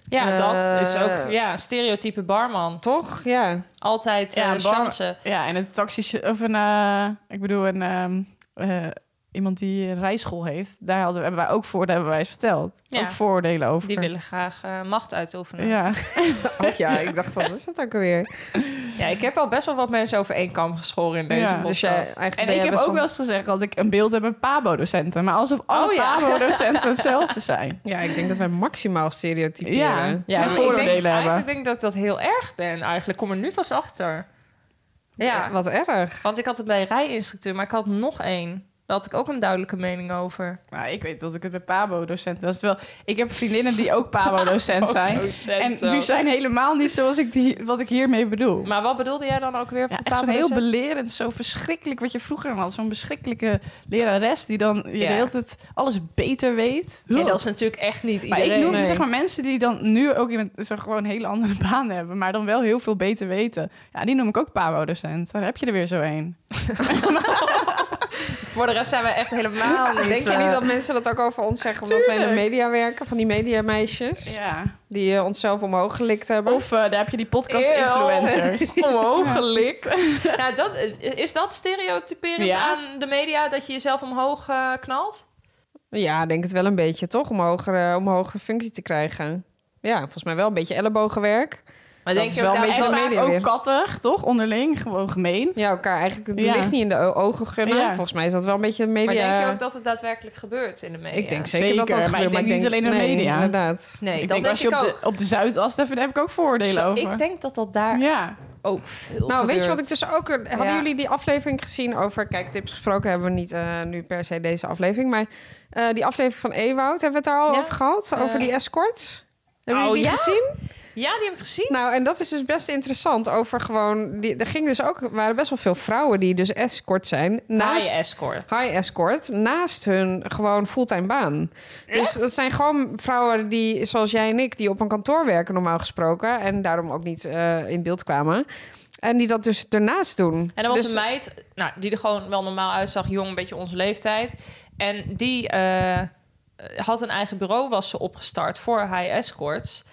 S5: Ja,
S6: Eh,
S5: dat is ook ja, stereotype barman.
S6: toch, ja,
S5: Altijd eh,
S7: Ja,
S5: ja,
S7: een bar- Ja, en een taxi of een, eh, ik bedoel, een, ehm, eh, iemand die een rijschool heeft, daar hadden, hebben wij ook voordelen, hebben wij eens verteld.
S5: Ja.
S7: Ook voordelen over.
S5: Die willen graag eh, macht uitoefenen.
S7: Ja,
S6: oh ja, ik dacht dat is het ook alweer.
S5: Ja, ik heb al best wel wat mensen over één kam geschoren in deze
S7: Ja.
S5: podcast.
S6: Dus jij eigenlijk
S7: en
S6: ben
S7: ik
S6: jij
S7: heb
S6: best
S7: ook wel eens gezegd dat ik een beeld heb met Pabo-docenten, maar alsof alle
S5: Oh ja.
S7: Pabo-docenten hetzelfde zijn.
S6: ja, ik denk dat wij maximaal stereotyperen.
S7: Ja.
S5: ja,
S7: en
S5: maar
S7: vooroordelen
S5: ik denk,
S7: hebben.
S5: Eigenlijk denk ik dat ik dat heel erg ben eigenlijk. Kom er nu pas achter. Ja,
S6: Wat erg.
S5: want ik had het bij rijinstructeur, maar ik had nog één. Daar had ik ook een duidelijke mening over.
S7: Nou, ik weet dat ik het bij Pabo-docenten was. Terwijl, ik heb vriendinnen die ook Pabo-docent zijn. En
S5: Oh, Docenten.
S7: die zijn helemaal niet zoals ik die, wat ik hiermee bedoel.
S5: Maar wat bedoelde jij dan ook weer?
S7: Ja,
S5: van
S7: echt zo'n heel
S5: taalbezet?
S7: belerend, zo verschrikkelijk wat je vroeger dan had. Zo'n verschrikkelijke lerares die dan je
S5: Ja.
S7: de hele tijd alles beter weet.
S5: Ja, dat is natuurlijk echt niet
S7: maar
S5: iedereen.
S7: ik noem
S5: Nee.
S7: zeg maar mensen die dan nu ook iemand- zo gewoon een hele andere baan hebben, maar dan wel heel veel beter weten. Ja, die noem ik ook Pabo-docent. Daar heb je er weer zo een.
S5: Voor de rest zijn we echt helemaal niet...
S6: Denk je
S5: eh,
S6: niet dat mensen dat ook over ons zeggen? Omdat wij in de
S7: Tuurlijk.
S6: media werken, van die mediameisjes.
S7: Ja.
S6: Die eh, onszelf omhoog gelikt hebben.
S7: Of eh, daar heb je die
S5: Eeuw.
S7: podcast-influencers.
S5: Omhoog gelikt. nou, dat, is dat stereotyperend
S7: Ja.
S5: aan de media dat je jezelf omhoog eh, knalt?
S6: Ja, ik denk het wel een beetje, toch? Om hogere, om hogere functie te krijgen. Ja, volgens mij wel een beetje ellebogenwerk.
S5: Maar
S6: Dat
S5: denk
S6: is
S5: je
S6: wel
S5: ook
S6: een
S5: daar-
S6: beetje
S5: dat-
S6: van media
S7: ook
S6: weer.
S7: kattig, toch? Onderling, gewoon gemeen.
S6: Ja, elkaar eigenlijk het
S7: Ja.
S6: licht niet in de o- ogen gunnen.
S7: Ja.
S6: Volgens mij is dat wel een beetje de
S5: Maar
S6: media.
S5: denk je ook dat het daadwerkelijk gebeurt in de media?
S6: Ik denk zeker, dat
S7: Zeker,
S6: dat
S7: maar
S6: gebeurt.
S7: ik denk niet alleen in de
S6: nee,
S7: media.
S6: inderdaad.
S5: Nee,
S7: ik
S5: dat
S7: denk,
S5: denk
S7: als je
S5: ik
S7: op
S5: ook.
S7: de, op de Zuidas, daar vind- daar heb ik ook voordelen
S5: Zo,
S7: over.
S5: Ik denk dat dat daar
S7: Ja.
S5: ook veel
S6: Nou, weet je wat ik
S5: gebeurt.
S6: dus ook... Hadden
S5: Ja.
S6: jullie die aflevering gezien over... Kijk, tips gesproken hebben we niet eh, nu per se deze aflevering. Maar eh, die aflevering van Ewoud, hebben we het daar al
S5: Ja.
S6: over gehad? over
S5: Eh.
S6: die escorts? Hebben
S5: Oh,
S6: jullie die
S5: ja?
S6: gezien?
S5: Ja, die heb ik gezien.
S6: Nou, en dat is dus best interessant over gewoon... Die, er ging dus ook, er waren best wel veel vrouwen die dus escort zijn. Naast,
S5: High escort.
S6: high escort. Naast hun gewoon fulltime baan. Dus dat zijn gewoon vrouwen die, zoals jij en ik... die op een kantoor werken normaal gesproken. En daarom ook niet eh, in beeld kwamen. En die dat dus ernaast doen.
S5: En dan was
S6: dus,
S5: een meid, nou, die er gewoon wel normaal uitzag, jong, een beetje onze leeftijd. En die eh, had een eigen bureau, was ze opgestart voor high escorts.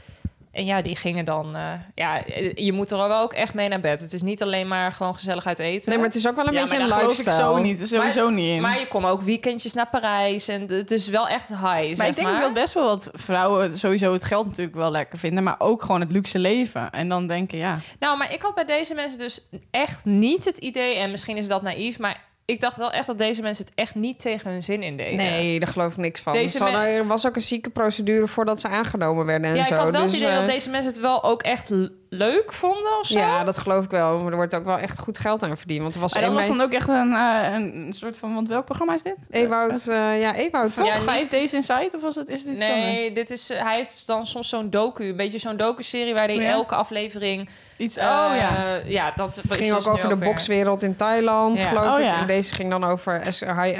S5: En ja, die gingen dan... eh, ja, je moet er wel ook echt mee naar bed. Het is niet alleen maar gewoon gezellig uit eten.
S6: Nee, maar het is ook wel een
S5: Ja,
S6: beetje
S5: maar
S6: een
S5: daar
S7: Geloof ik
S6: lifestyle.
S7: zo niet, sowieso niet in.
S5: Maar je kon ook weekendjes naar Parijs. En d- het is wel echt high,
S7: Maar ik denk
S5: maar.
S7: dat best wel wat vrouwen sowieso het geld natuurlijk wel lekker vinden, maar ook gewoon het luxe leven. En dan denken, ja.
S5: Nou, maar ik had bij deze mensen dus echt niet het idee... en misschien is dat naïef, maar ik dacht wel echt... dat deze mensen het echt niet tegen hun zin in deden.
S6: Nee, daar geloof ik niks van.
S5: Deze
S6: Sanne,
S5: men-
S6: Er was ook een zieke procedure voordat ze aangenomen werden en
S5: ja,
S6: zo.
S5: ik had wel
S6: Dus,
S5: het idee
S6: eh,
S5: dat deze mensen het wel ook echt l- leuk vonden of zo.
S6: Ja, dat geloof ik wel. Maar er wordt ook wel echt goed geld aan verdiend. Want er was
S7: Maar dat
S6: één
S7: was
S6: meid-
S7: dan ook echt een, eh, een soort van, want welk programma is dit?
S6: Ewoud, eh, ja, Ewoud toch?
S5: Ja, niet-
S7: Vijf Days Inside of was het, is dit
S5: nee, dit is, eh, hij heeft dan soms zo'n docu, een beetje zo'n docu-serie waar hij
S6: Oh
S7: Ja.
S5: elke aflevering...
S7: Iets,
S5: eh,
S7: oh ja.
S5: ja, dat
S6: Het
S5: is
S6: ging
S5: dus
S6: ook
S5: nu
S6: over de
S5: weer.
S6: bokswereld in Thailand,
S5: Ja.
S6: geloof
S7: Oh,
S6: ik.
S7: ja.
S6: En deze ging dan over es- high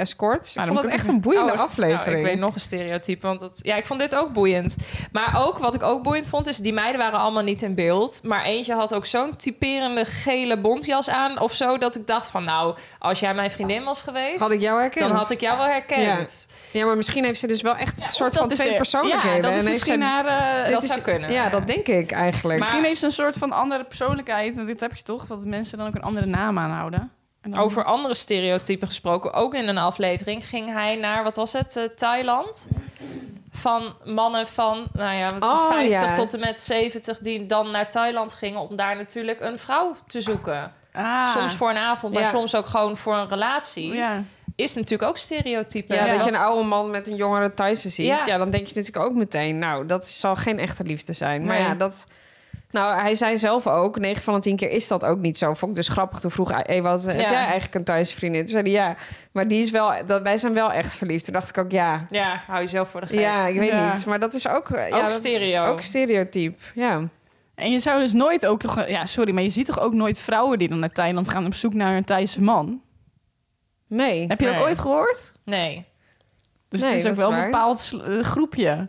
S7: Nou,
S6: escorts. ik
S7: dan
S6: vond
S7: moet
S6: het
S7: ik
S6: echt
S7: even-
S6: een boeiende
S5: Oh,
S6: aflevering.
S5: nou, ik weet nog een stereotype, want dat, ja, ik vond dit ook boeiend. Maar ook, wat ik ook boeiend vond, is die meiden waren allemaal niet in beeld. Maar eentje had ook zo'n typerende gele bontjas aan of zo, dat ik dacht van nou, als jij mijn vriendin was geweest...
S6: Had ik jou herkend.
S5: Dan had ik jou wel herkend.
S6: Ja, maar misschien heeft ze dus wel echt een soort
S7: Of
S6: van
S7: dat is
S6: twee
S7: er-
S6: persoonlijkheden.
S7: Ja, dat
S6: En
S7: is
S6: heeft
S7: misschien
S6: zij-
S7: haar... eh,
S6: dit
S5: dat zou kunnen,
S6: Ja,
S5: ja.
S6: dat denk ik eigenlijk.
S5: Maar-
S7: Misschien heeft ze een soort van andere persoonlijkheid. En dit heb je toch, wat mensen dan ook een andere naam aanhouden. En dan-
S5: Over andere stereotypen gesproken, ook in een aflevering ging hij naar, wat was het, eh, Thailand? Van mannen van, nou ja, wat is het,
S6: Oh,
S5: 50
S6: ja.
S5: tot en met 70 die dan naar Thailand gingen om daar natuurlijk een vrouw te zoeken.
S7: Ah.
S5: Soms voor een avond, maar
S6: Ja.
S5: soms ook gewoon voor een relatie.
S7: Ja.
S5: Is natuurlijk ook stereotype.
S6: ja,
S7: Ja,
S6: dat je
S7: dat-
S6: een oude man met een jongere Thaise ziet. Ja.
S5: Ja.
S6: dan denk je natuurlijk ook meteen... nou, dat zal geen echte liefde zijn. Maar
S5: Nee.
S6: ja, dat... Nou, hij zei zelf ook... 9 van de 10 keer is dat ook niet zo. Vond ik dus grappig. Toen vroeg Ewout... heb
S5: Ja.
S6: jij eigenlijk een Thaise vriendin? Toen zei hij ja. Maar die is wel, dat, wij zijn wel echt verliefd. Toen dacht ik ook ja...
S5: Ja, hou jezelf voor de gek.
S6: Ja, ik weet
S7: Ja.
S6: niet. Maar dat is ook... eh, ja,
S5: Ook
S6: dat is
S5: stereo.
S6: Ook stereotyp, ja.
S7: En je zou dus nooit ook toch... Ja, sorry, maar je ziet toch ook nooit vrouwen die dan naar Thailand gaan op zoek naar een Thaise man?
S6: Nee.
S7: Heb je dat
S5: Nee.
S7: ooit gehoord?
S5: Nee.
S7: Dus
S6: Nee,
S7: het is
S6: dat
S7: ook
S6: is
S7: wel
S6: waar.
S7: een bepaald sl- eh, groepje.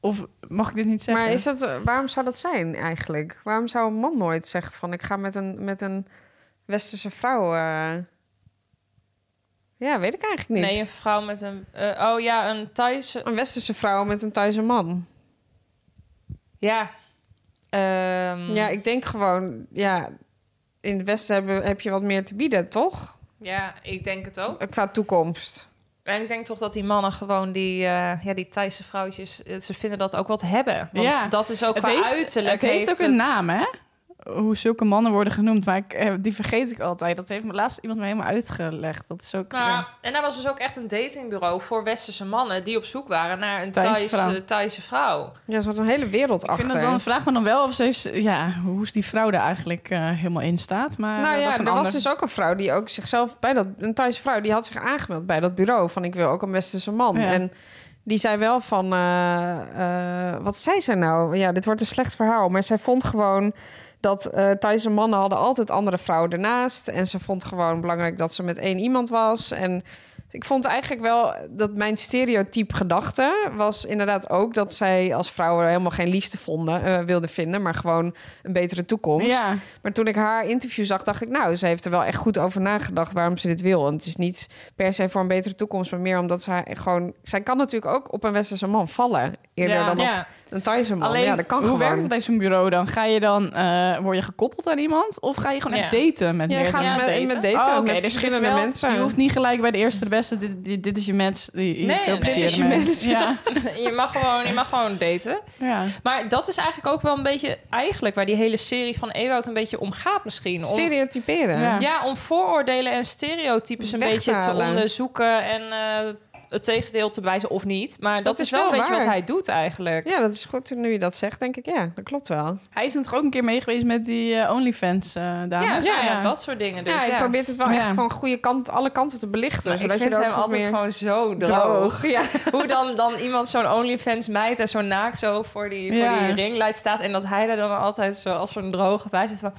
S7: Of mag ik dit niet zeggen?
S6: Maar is dat, eh, waarom zou dat zijn eigenlijk? Waarom zou een man nooit zeggen van... ik ga met een, met een westerse vrouw... eh, Ja, weet ik eigenlijk niet.
S5: Nee, een vrouw met een... eh, oh ja, een Thaise...
S6: Een westerse vrouw met een Thaise man.
S5: Ja. Ehm,
S7: Hmm.
S6: Ja, ik denk gewoon... Ja, in het westen hebben, heb je wat meer te bieden, toch?
S5: ja, ik denk het ook.
S6: Qua toekomst.
S5: En ik denk toch dat die mannen gewoon die, eh, ja, die Thaise vrouwtjes, eh, ze vinden dat ook wat hebben. Want
S7: Ja.
S5: dat is ook
S7: het
S5: qua
S7: heeft,
S5: uiterlijk.
S7: Het heeft ook een naam, hè? hoe zulke mannen worden genoemd, maar ik, eh, die vergeet ik altijd. Dat heeft me laatst iemand me helemaal uitgelegd. Dat is ook...
S5: Nou,
S7: eh,
S5: en daar was dus ook echt een datingbureau voor westerse mannen die op zoek waren naar een
S7: Thaise
S5: Thaise,
S7: vrouw.
S5: Thaise vrouw.
S6: Ja, ze had een hele wereld
S7: ik
S6: achter.
S7: vind dat dan, vraag me dan wel of ze heeft, ja, hoe is die vrouw daar eigenlijk eh, helemaal in staat. Maar
S6: nou
S7: dat
S6: ja,
S7: was
S6: er
S7: een
S6: was
S7: ander-
S6: dus ook een vrouw die ook zichzelf bij dat een Thaise vrouw die had zich aangemeld bij dat bureau van ik wil ook een westerse man.
S7: Ja.
S6: En die zei wel van eh, eh, wat zei zij nou? Ja, dit wordt een slecht verhaal, maar zij vond gewoon dat eh Thaise mannen hadden altijd andere vrouwen ernaast en ze vond gewoon belangrijk dat ze met één iemand was en ik vond eigenlijk wel dat mijn stereotype gedachte was inderdaad ook dat zij als vrouwen helemaal geen liefde vonden, eh, wilden vinden, maar gewoon een betere toekomst.
S7: Ja.
S6: Maar toen ik haar interview zag, dacht ik, nou, ze heeft er wel echt goed over nagedacht waarom ze dit wil. En het is niet per se voor een betere toekomst, maar meer omdat zij gewoon. Zij kan natuurlijk ook op een westerse man vallen. Eerder
S7: Ja.
S6: dan op
S5: Ja,
S6: een Thaise man.
S7: Alleen,
S6: ja, dat kan
S7: hoe
S6: gewoon.
S7: werkt het bij zo'n bureau dan? Ga je dan, eh, word je gekoppeld aan iemand? Of ga je gewoon echt
S5: Ja.
S7: daten met
S6: Ja, je
S7: meer
S6: gaat
S7: dan-
S5: Ja,
S6: met
S5: daten.
S6: daten, met, daten,
S7: Oh, oké,
S6: met
S7: dus het is
S6: verschillende
S7: wel-
S6: mensen.
S7: Je hoeft niet gelijk bij de eerste de beste. Dit, dit, dit is je match. Die, die
S5: Nee,
S7: veel
S5: nee,
S7: plezier
S5: dit
S6: is je
S7: ermee.
S6: match.
S7: Ja.
S5: je mag gewoon, je mag gewoon daten.
S7: ja.
S5: Maar dat is eigenlijk ook wel een beetje eigenlijk waar die hele serie van Ewout een beetje om gaat misschien. Om,
S6: Stereotyperen.
S7: Ja.
S5: ja, om vooroordelen en stereotypes een
S6: Weg te
S5: beetje te
S6: halen.
S5: onderzoeken en eh, het tegendeel te bewijzen of niet. Maar dat, is wel, een beetje
S6: waar.
S5: wat hij doet eigenlijk.
S6: Ja, dat is goed nu je dat zegt, denk ik. Ja, dat klopt wel.
S7: Hij is toen toch ook een keer mee geweest met die eh, OnlyFans eh
S5: Ja,
S7: dames.
S5: ja, dat soort dingen. Dus,
S6: ja,
S5: ja,
S6: ik probeer het wel
S7: Ja.
S6: echt van goede kant, alle kanten te belichten.
S5: Maar ik
S6: zodat
S5: vind
S6: je er
S5: hem
S6: ook goed
S5: altijd
S6: meer
S5: gewoon zo droog.
S6: droog. Ja.
S5: Hoe dan, dan iemand zo'n OnlyFans meid en zo naakt zo voor die,
S7: Ja.
S5: voor die ringlight staat. En dat hij daar dan altijd zo als zo'n droge bij zit van...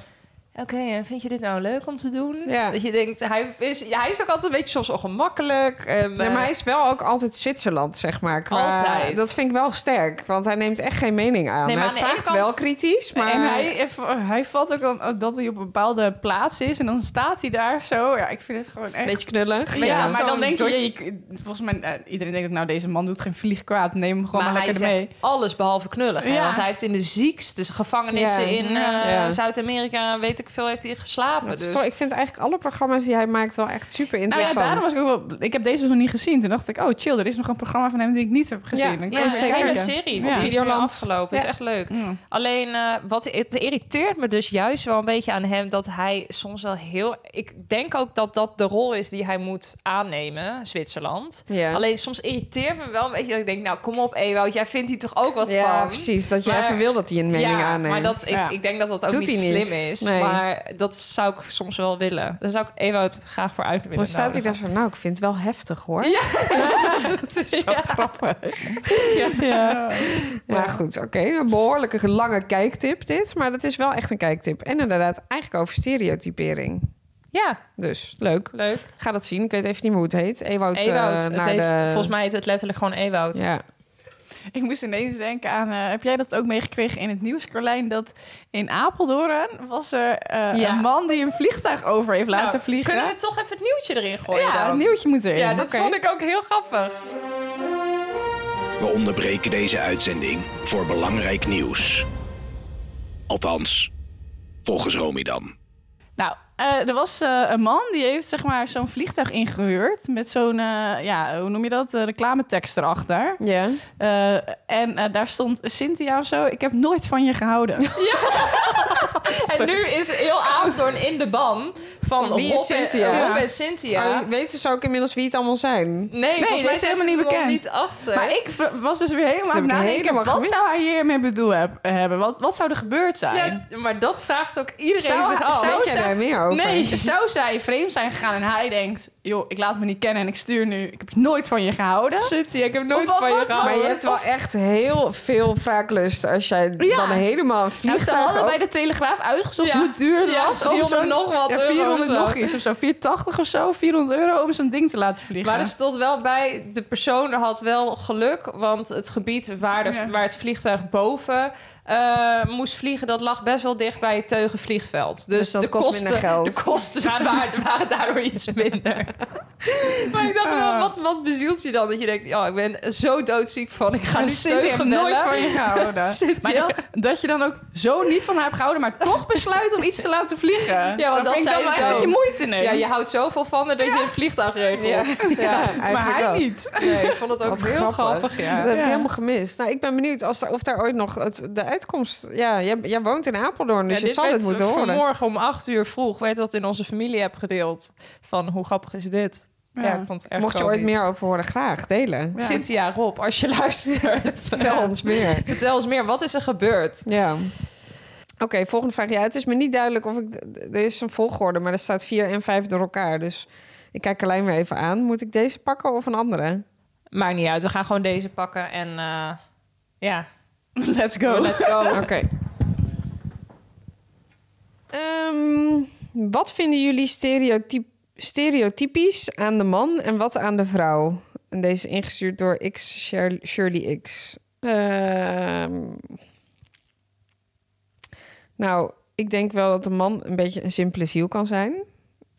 S5: Oké, en vind je dit nou leuk om te doen?
S6: Ja.
S5: Dat je denkt, hij is, ja, hij is ook altijd een beetje soms ongemakkelijk. En,
S6: Nee,
S5: eh,
S6: maar hij is wel ook altijd Zwitserland, zeg maar. qua-
S5: Altijd.
S6: Dat vind ik wel sterk, want hij neemt echt geen mening aan.
S5: Nee, maar
S6: hij
S5: aan de ene
S6: vraagt
S5: kant-
S6: wel kritisch, maar...
S7: En hij, eh, v- hij valt ook dan ook dat hij op een bepaalde plaats is. En dan staat hij daar zo. Ja, ik vind het gewoon echt...
S6: Beetje knullig.
S7: ja,
S5: beetje
S7: maar dan
S5: zo'n
S7: denk je,
S5: dotje.
S7: je k- volgens mij, eh, iedereen denkt ook, nou, deze man doet geen vlieg kwaad. Neem hem gewoon
S5: maar
S7: maar,
S5: hij is
S7: lekker
S5: echt
S7: mee.
S5: alles behalve knullig. hè?
S7: Ja.
S5: Want hij heeft in de ziekste gevangenissen
S6: Ja.
S5: in eh,
S6: Ja.
S5: Zuid-Amerika... weet ik veel, heeft hij geslapen.
S6: Dat is
S5: Dus.
S6: toch- ik vind eigenlijk alle programma's die hij maakt wel echt super
S7: Nou ja,
S6: interessant.
S7: daarom was ik ook wel... Ik heb deze nog niet gezien. Toen dacht ik, oh chill, er is nog een programma van hem die ik niet heb gezien.
S6: Ja,
S7: Dan kan
S5: Ja,
S7: ik
S5: een
S7: kijken.
S5: hele serie.
S7: Ja.
S5: Ja. Die is nu
S6: Videoland.
S5: afgelopen. is
S6: Ja.
S5: echt leuk.
S7: Mm.
S5: Alleen, eh, wat het irriteert me dus juist wel een beetje aan hem... dat hij soms wel heel... Ik denk ook dat dat de rol is die hij moet aannemen, Zwitserland.
S6: Ja.
S5: Alleen, soms irriteert me wel een beetje dat ik denk... nou, kom op Ewout, jij vindt hier toch ook wat
S6: ja,
S5: van?
S6: precies. Dat je
S5: Maar-
S6: even wil dat hij een mening
S5: ja,
S6: aanneemt.
S5: maar dat, ik,
S7: Ja.
S5: ik denk dat dat ook
S6: Doet
S5: niet
S6: hij
S5: slim
S6: niet.
S5: is.
S6: Nee.
S5: Maar dat zou ik soms wel willen. Daar zou ik Ewout graag voor uit willen
S6: dan staat hij
S5: nodigen.
S6: daar van, nou, ik vind het wel heftig, hoor.
S5: Dat is zo grappig.
S7: Ja.
S6: Maar goed, oké. Een behoorlijke lange kijktip dit. Maar dat is wel echt een kijktip. En inderdaad, eigenlijk over stereotypering.
S5: Ja,
S6: Dus, leuk.
S5: leuk.
S6: Ga dat zien. Ik weet even niet meer hoe het heet. Ewout, eh,
S5: Ewout. het
S6: naar
S5: heet-
S6: de...
S5: Volgens mij heet het letterlijk gewoon Ewout.
S6: Ja.
S7: Ik moest ineens denken aan... eh, heb jij dat ook meegekregen in het nieuws, Carlijn? Dat in Apeldoorn was er eh,
S5: Ja.
S7: een man die een vliegtuig over heeft
S5: Nou,
S7: laten vliegen.
S5: Kunnen we toch even het nieuwtje erin gooien?
S7: ja,
S5: dan?
S7: een nieuwtje moet erin.
S5: Ja, dat
S6: Oké.
S5: vond ik ook heel grappig.
S8: We onderbreken deze uitzending voor belangrijk nieuws. Althans, volgens Romy dan.
S7: Nou, eh, er was eh, een man die heeft zeg maar zo'n vliegtuig ingehuurd met zo'n, eh, ja, hoe noem je dat, Eh, reclametekst erachter.
S6: Ja.
S7: Eh, en eh, daar stond Cynthia of zo, ik heb nooit van je gehouden.
S5: En nu is heel Apeldoorn in de ban van
S6: Wie is
S5: Rob en-
S6: Cynthia?
S5: Rob en Cynthia.
S6: Oh, weten ze ook inmiddels wie het allemaal zijn?
S5: Nee, volgens
S7: dat
S5: mij
S7: is
S5: zijn ze
S7: helemaal niet
S5: er nog
S7: bekend.
S5: niet achter.
S7: Maar ik v- was dus weer helemaal
S6: Dat
S7: aan
S6: heb
S7: het
S6: ik
S7: nadenken,
S6: helemaal
S7: wat
S6: gemist.
S7: zou hij hiermee bedoel heb- hebben? Wat, wat zou er gebeurd zijn?
S5: Ja, maar dat vraagt ook iedereen
S7: Zou-
S5: zich af.
S7: zou-
S6: Weet jij
S7: ze-
S6: daar meer over?
S7: Nee, zou zij vreemd zijn gegaan en hij denkt... joh, ik laat me niet kennen en ik stuur nu... ik heb nooit van je gehouden.
S5: Cynthia, ik heb nooit
S7: Of-
S5: van je
S7: of-
S5: gehouden.
S6: Maar je hebt wel echt heel veel wraaklust als jij
S7: Ja.
S6: dan helemaal een
S7: Nou, ze
S6: vliegtuig
S7: hadden bij
S6: over-
S7: de Telegraaf uitgezocht
S5: Ja.
S7: hoe duur het
S5: Ja,
S7: was. om
S5: 400
S7: zo'n-
S5: nog wat
S7: ja,
S5: euro
S7: 400
S5: of zo.
S7: nog iets of zo. 480 of zo, 400 euro om zo'n ding te laten vliegen.
S5: Maar er stond wel bij, de persoon had wel geluk, want het gebied waar, de,
S7: Ja.
S5: waar het vliegtuig boven eh, moest vliegen, dat lag best wel dicht bij het teugenvliegveld. Dus,
S6: Dus dat
S5: de
S6: kost
S5: kosten,
S6: minder geld.
S5: De kosten waren, waren daardoor iets minder. maar ik dacht
S7: Ah.
S5: wel, wat, wat bezielt je dan? Dat je denkt, ja, ik ben zo doodziek van, ik ga
S7: Maar
S5: nu
S7: Cynthia heeft
S5: teugen
S7: nooit
S5: bellen.
S7: van je gehouden. maar
S5: Cynthia.
S7: dan, dat je dan ook zo niet van haar hebt gehouden, maar toch besluit om iets te laten vliegen. Ja,
S5: dat
S7: vind ik
S5: zei
S7: dan wel
S5: ze
S7: echt dat
S5: ook.
S7: je moeite neemt.
S5: Ja, je houdt zoveel van haar dat je een vliegtuig regelt. Ja.
S7: maar
S6: Eigenlijk
S7: hij
S6: wel.
S7: niet.
S5: Nee, ik vond het ook
S6: Wat
S5: heel grappig. ja.
S6: Dat heb ik
S7: Ja.
S6: helemaal gemist. Nou, ik ben benieuwd als, daar- of daar ooit nog het, de uitkomst. Ja, jij, jij woont in Apeldoorn, dus
S5: Ja,
S6: je zal
S5: werd
S6: dit moeten horen.
S5: Vanmorgen om acht uur vroeg werd dat in onze familie-app gedeeld. Van hoe grappig is dit? Ja,
S7: Ja.
S5: ik vond het erg
S6: Mocht je ooit
S5: komisch.
S6: meer over horen, graag delen.
S5: Ja. Cynthia, Rob, als je luistert,
S6: Vertel ons meer.
S5: Vertel eens meer, wat is er gebeurd?
S6: Ja. Oké, volgende vraag. Ja, het is me niet duidelijk of ik... Er is een volgorde, maar er staat vier en vijf door elkaar. Dus ik kijk alleen weer even aan. Moet ik deze pakken of een andere?
S5: Maakt niet uit, we gaan gewoon deze pakken en eh, ja,
S7: Let's go.
S5: let's go.
S6: Oké. Ehm, wat vinden jullie stereotyp- stereotypisch aan de man en wat aan de vrouw? En deze ingestuurd door X Shir- Shirley X. Ehm, nou, ik denk wel dat de man een beetje een simpele ziel kan zijn.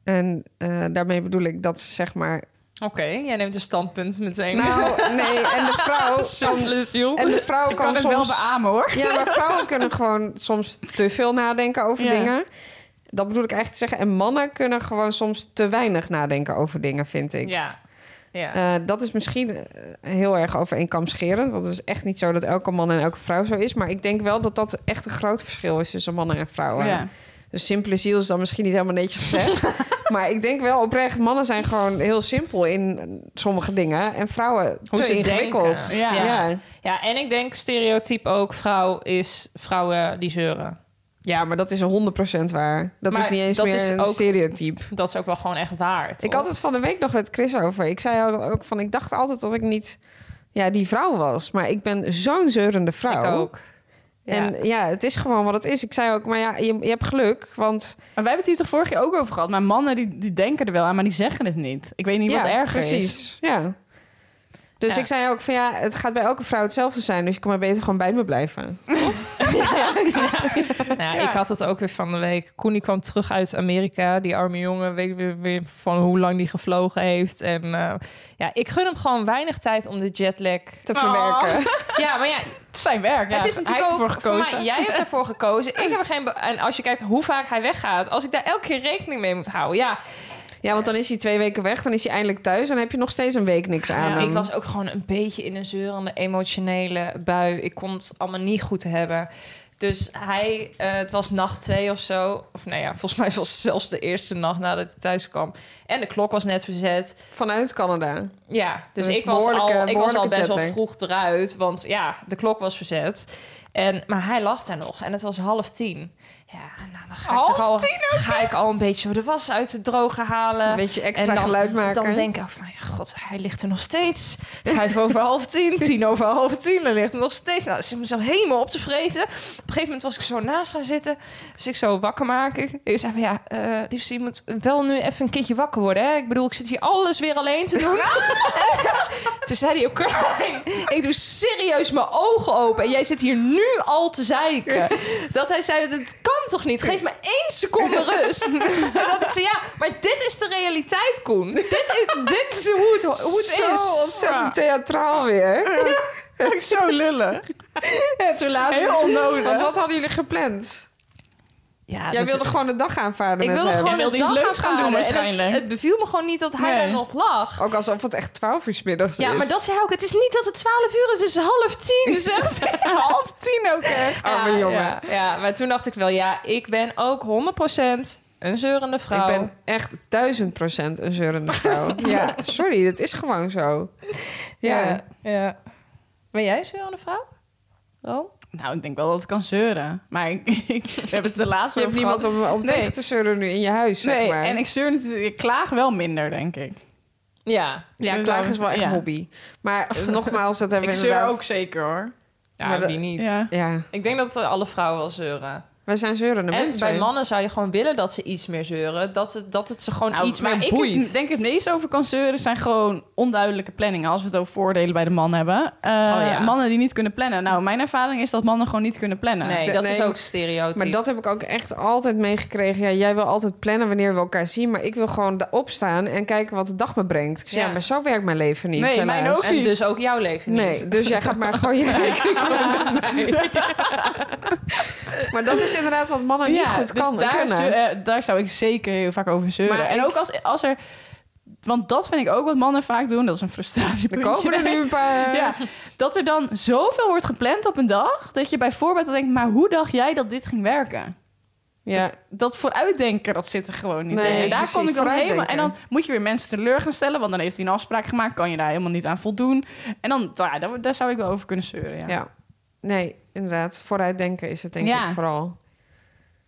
S6: En eh, daarmee bedoel ik dat ze zeg maar...
S5: Oké, jij neemt een standpunt meteen.
S6: Nou, nee, en de vrouw kan...
S5: Simpele ziel.
S6: En de vrouw
S7: ik
S6: kan,
S7: kan het
S6: soms...
S7: wel beamen hoor.
S6: Ja, maar vrouwen kunnen gewoon soms te veel nadenken over
S7: Ja.
S6: dingen. Dat bedoel ik eigenlijk te zeggen. En mannen kunnen gewoon soms te weinig nadenken over dingen, vind ik.
S5: Ja, ja.
S6: Eh, dat is misschien eh, heel erg over één kam scherend. Want het is echt niet zo dat elke man en elke vrouw zo is. Maar ik denk wel dat dat echt een groot verschil is tussen mannen en vrouwen.
S7: Oh, Ja.
S6: Dus simpele ziel is dan misschien niet helemaal netjes gezegd. maar ik denk wel oprecht, mannen zijn gewoon heel simpel in sommige dingen. En vrouwen
S5: Hoe
S6: te
S5: ze
S6: ingewikkeld.
S5: denken.
S7: Ja.
S6: Ja. ja.
S5: Ja, en ik denk stereotype ook, vrouw is vrouwen die zeuren.
S6: Ja, maar dat is 100% waar. Dat
S5: Maar
S6: is niet eens
S5: dat
S6: meer
S5: is
S6: een
S5: ook-
S6: stereotype.
S5: Dat is ook wel gewoon echt waar. toch?
S6: Ik had het van de week nog met Chris over. Ik zei al ook van, ik dacht altijd dat ik niet ja, die vrouw was. Maar ik ben zo'n zeurende vrouw.
S5: Ik ook. Ja.
S6: En ja, het is gewoon wat het is. Ik zei ook, maar ja, je, je hebt geluk. Want
S7: Maar wij hebben het hier toch vorige keer ook over gehad. Maar mannen die, die denken er wel aan, maar die zeggen het niet. Ik weet niet
S6: ja,
S7: wat erger
S6: precies.
S7: is.
S6: Ja. Dus
S5: Ja.
S6: ik zei ook van ja, het gaat bij elke vrouw hetzelfde zijn. Dus je kan maar beter gewoon bij me blijven.
S5: Nou, Ik had het ook weer van de week. Koen die kwam terug uit Amerika. Die arme jongen, weet ik weer, weer van hoe lang die gevlogen heeft. En eh, ja, ik gun hem gewoon weinig tijd om de jetlag
S6: Te verwerken.
S5: Ja, maar ja,
S7: Het is zijn werk. Ja.
S5: het is natuurlijk
S7: Hij
S5: ook
S7: heeft ervoor
S5: voor
S7: gekozen.
S5: mij- jij hebt ervoor gekozen. Ik heb er geen. be- En als je kijkt hoe vaak hij weggaat, als ik daar elke keer rekening mee moet houden, ja.
S6: Ja, want dan is hij twee weken weg. Dan is hij eindelijk thuis. En dan heb je nog steeds een week niks aan.
S5: Dus
S6: hem.
S5: ik was ook gewoon een beetje in een zeurende emotionele bui. Ik kon het allemaal niet goed hebben. Dus hij, eh, het was nacht twee of zo. Of nou ja, volgens mij was het zelfs de eerste nacht nadat hij thuis kwam. En de klok was net verzet.
S6: Vanuit Canada.
S5: Ja, dus,
S6: Dus
S5: ik, was al,
S6: behoorlijke-
S5: ik was al
S6: behoorlijke
S5: best wel
S6: jetlag.
S5: vroeg eruit. Want ja, de klok was verzet. En, maar hij lag daar nog. En het was half tien. Ja, nou, dan ga ik,
S7: Half
S5: toch al, ga ik al een beetje zo de was uit de droge halen.
S6: Een beetje extra
S5: En dan,
S6: geluid maken.
S5: Dan denk ik ook van, ja, god, hij ligt er nog steeds. Vijf over half tien, tien over half tien. Hij ligt er nog steeds. Nou, ik zit mezelf helemaal op te vreten. Op een gegeven moment was ik zo naast gaan zitten. Dus ik zo wakker maken. Ik zei van, ja, eh liefste, je moet wel nu even een keertje wakker worden. Hè? Ik bedoel, ik zit hier alles weer alleen te doen. Toen zei hij ook, Caroline, ik doe serieus mijn ogen open. En jij zit hier nu al te zeiken. Dat hij zei, dat kan toch niet? Geef me één seconde rust. En dat ik zei, ja, maar dit is de realiteit, Koen. Dit is, dit is hoe het, hoe het
S6: Zo
S5: is.
S6: ontzettend theatraal weer.
S7: zo lullig.
S6: Ja, toen later.
S7: Heel onnodig.
S6: Want wat hadden jullie gepland?
S5: Ja,
S6: Jij
S5: dat-
S6: wilde gewoon de dag aanvaarden
S5: ik
S6: met
S5: wilde
S6: hem.
S5: gewoon
S7: Jij wilde
S5: een
S7: iets
S5: dag
S7: leuks gaan doen
S5: aanvaarden. En het-
S7: waarschijnlijk.
S5: Het, beviel me gewoon niet dat hij
S7: Nee.
S5: daar nog lag.
S6: Ook alsof het echt 12 uur 's middags
S5: Ja,
S6: is.
S5: maar dat zei hij ook. Het is niet dat het 12 uur is, het is half tien. Zegt hij.
S7: Half tien ook echt.
S6: Arme
S5: ja,
S6: jongen.
S5: Ja, ja, maar toen dacht ik wel, ja, ik ben ook 100% een zeurende
S6: Ik
S5: vrouw.
S6: ben echt duizend procent een zeurende vrouw. ja, sorry, dat is gewoon zo. Ja.
S5: Ja. ja. Ben jij een zeurende vrouw? Oh.
S7: Nou, ik denk wel dat ik kan zeuren. Maar ik, ik, we hebben het de laatste
S6: Je hebt
S7: over gehad.
S6: niemand om, om
S7: Nee.
S6: tegen te zeuren nu in je huis, zeg
S7: Nee,
S6: maar.
S7: en ik zeur natuurlijk. Ik klaag wel minder, denk ik.
S5: Ja.
S6: ja,
S7: dus
S6: klagen
S7: dan-
S6: is wel echt
S7: ja.
S6: hobby. Maar eh, nogmaals, dat hebben
S7: Ik
S6: we
S7: zeur
S6: inderdaad...
S7: ook zeker hoor.
S5: Ja,
S6: Maar dat-
S5: wie niet?
S7: Ja.
S6: Ja,
S5: Ik denk dat eh, alle vrouwen wel zeuren.
S6: wij zijn zeurende
S5: en
S6: mensen.
S5: bij mannen zou je gewoon willen dat ze iets meer zeuren. Dat, ze, dat het ze gewoon
S7: Nou,
S5: iets
S7: waar
S5: meer
S7: ik
S5: boeit.
S7: het- denk het meest over kan zeuren zijn gewoon onduidelijke planningen. Als we het over voordelen bij de man hebben. Eh,
S5: Oh, ja.
S7: Mannen die niet kunnen plannen. Nou, mijn ervaring is dat mannen gewoon niet kunnen plannen.
S5: nee,
S6: De-
S5: dat
S6: nee,
S5: is ook stereotyp.
S6: Maar dat heb ik ook echt altijd meegekregen. Ja, jij wil altijd plannen wanneer we elkaar zien. Maar ik wil gewoon da- opstaan en kijken wat de dag me brengt. Ik zei, ja.
S5: Ja.
S6: maar zo werkt mijn leven niet.
S7: Nee, mijn
S6: helaas.
S7: ook
S5: en
S7: niet.
S5: dus ook jouw leven
S6: Nee,
S5: niet.
S6: dus jij gaat maar gewoon je rekening houden met mij. Maar dat is inderdaad wat mannen Oh, niet
S7: dus
S6: goed kan,
S7: daar,
S6: kunnen.
S7: zeur- eh, daar zou ik zeker heel vaak over zeuren.
S6: Maar
S7: en
S6: ik-
S7: ook als, als er Want dat vind ik ook wat mannen vaak doen. Dat is een frustratie.
S6: Er komen er nu een paar.
S7: Ja, dat er dan zoveel wordt gepland op een dag... dat je bij voorbaat al denkt... maar hoe dacht jij dat dit ging werken?
S6: Ja.
S7: Dat vooruitdenken, dat zit er gewoon niet
S6: Nee,
S7: in. En daar
S6: precies,
S7: kon ik dan helemaal...
S6: vooruitdenken.
S7: En dan moet je weer mensen teleur gaan stellen... want dan heeft hij een afspraak gemaakt... kan je daar helemaal niet aan voldoen. En dan, nou ja, daar, daar zou ik wel over kunnen zeuren, ja.
S6: Ja. Nee, inderdaad. Vooruitdenken is het denk
S7: Ja.
S6: ik vooral.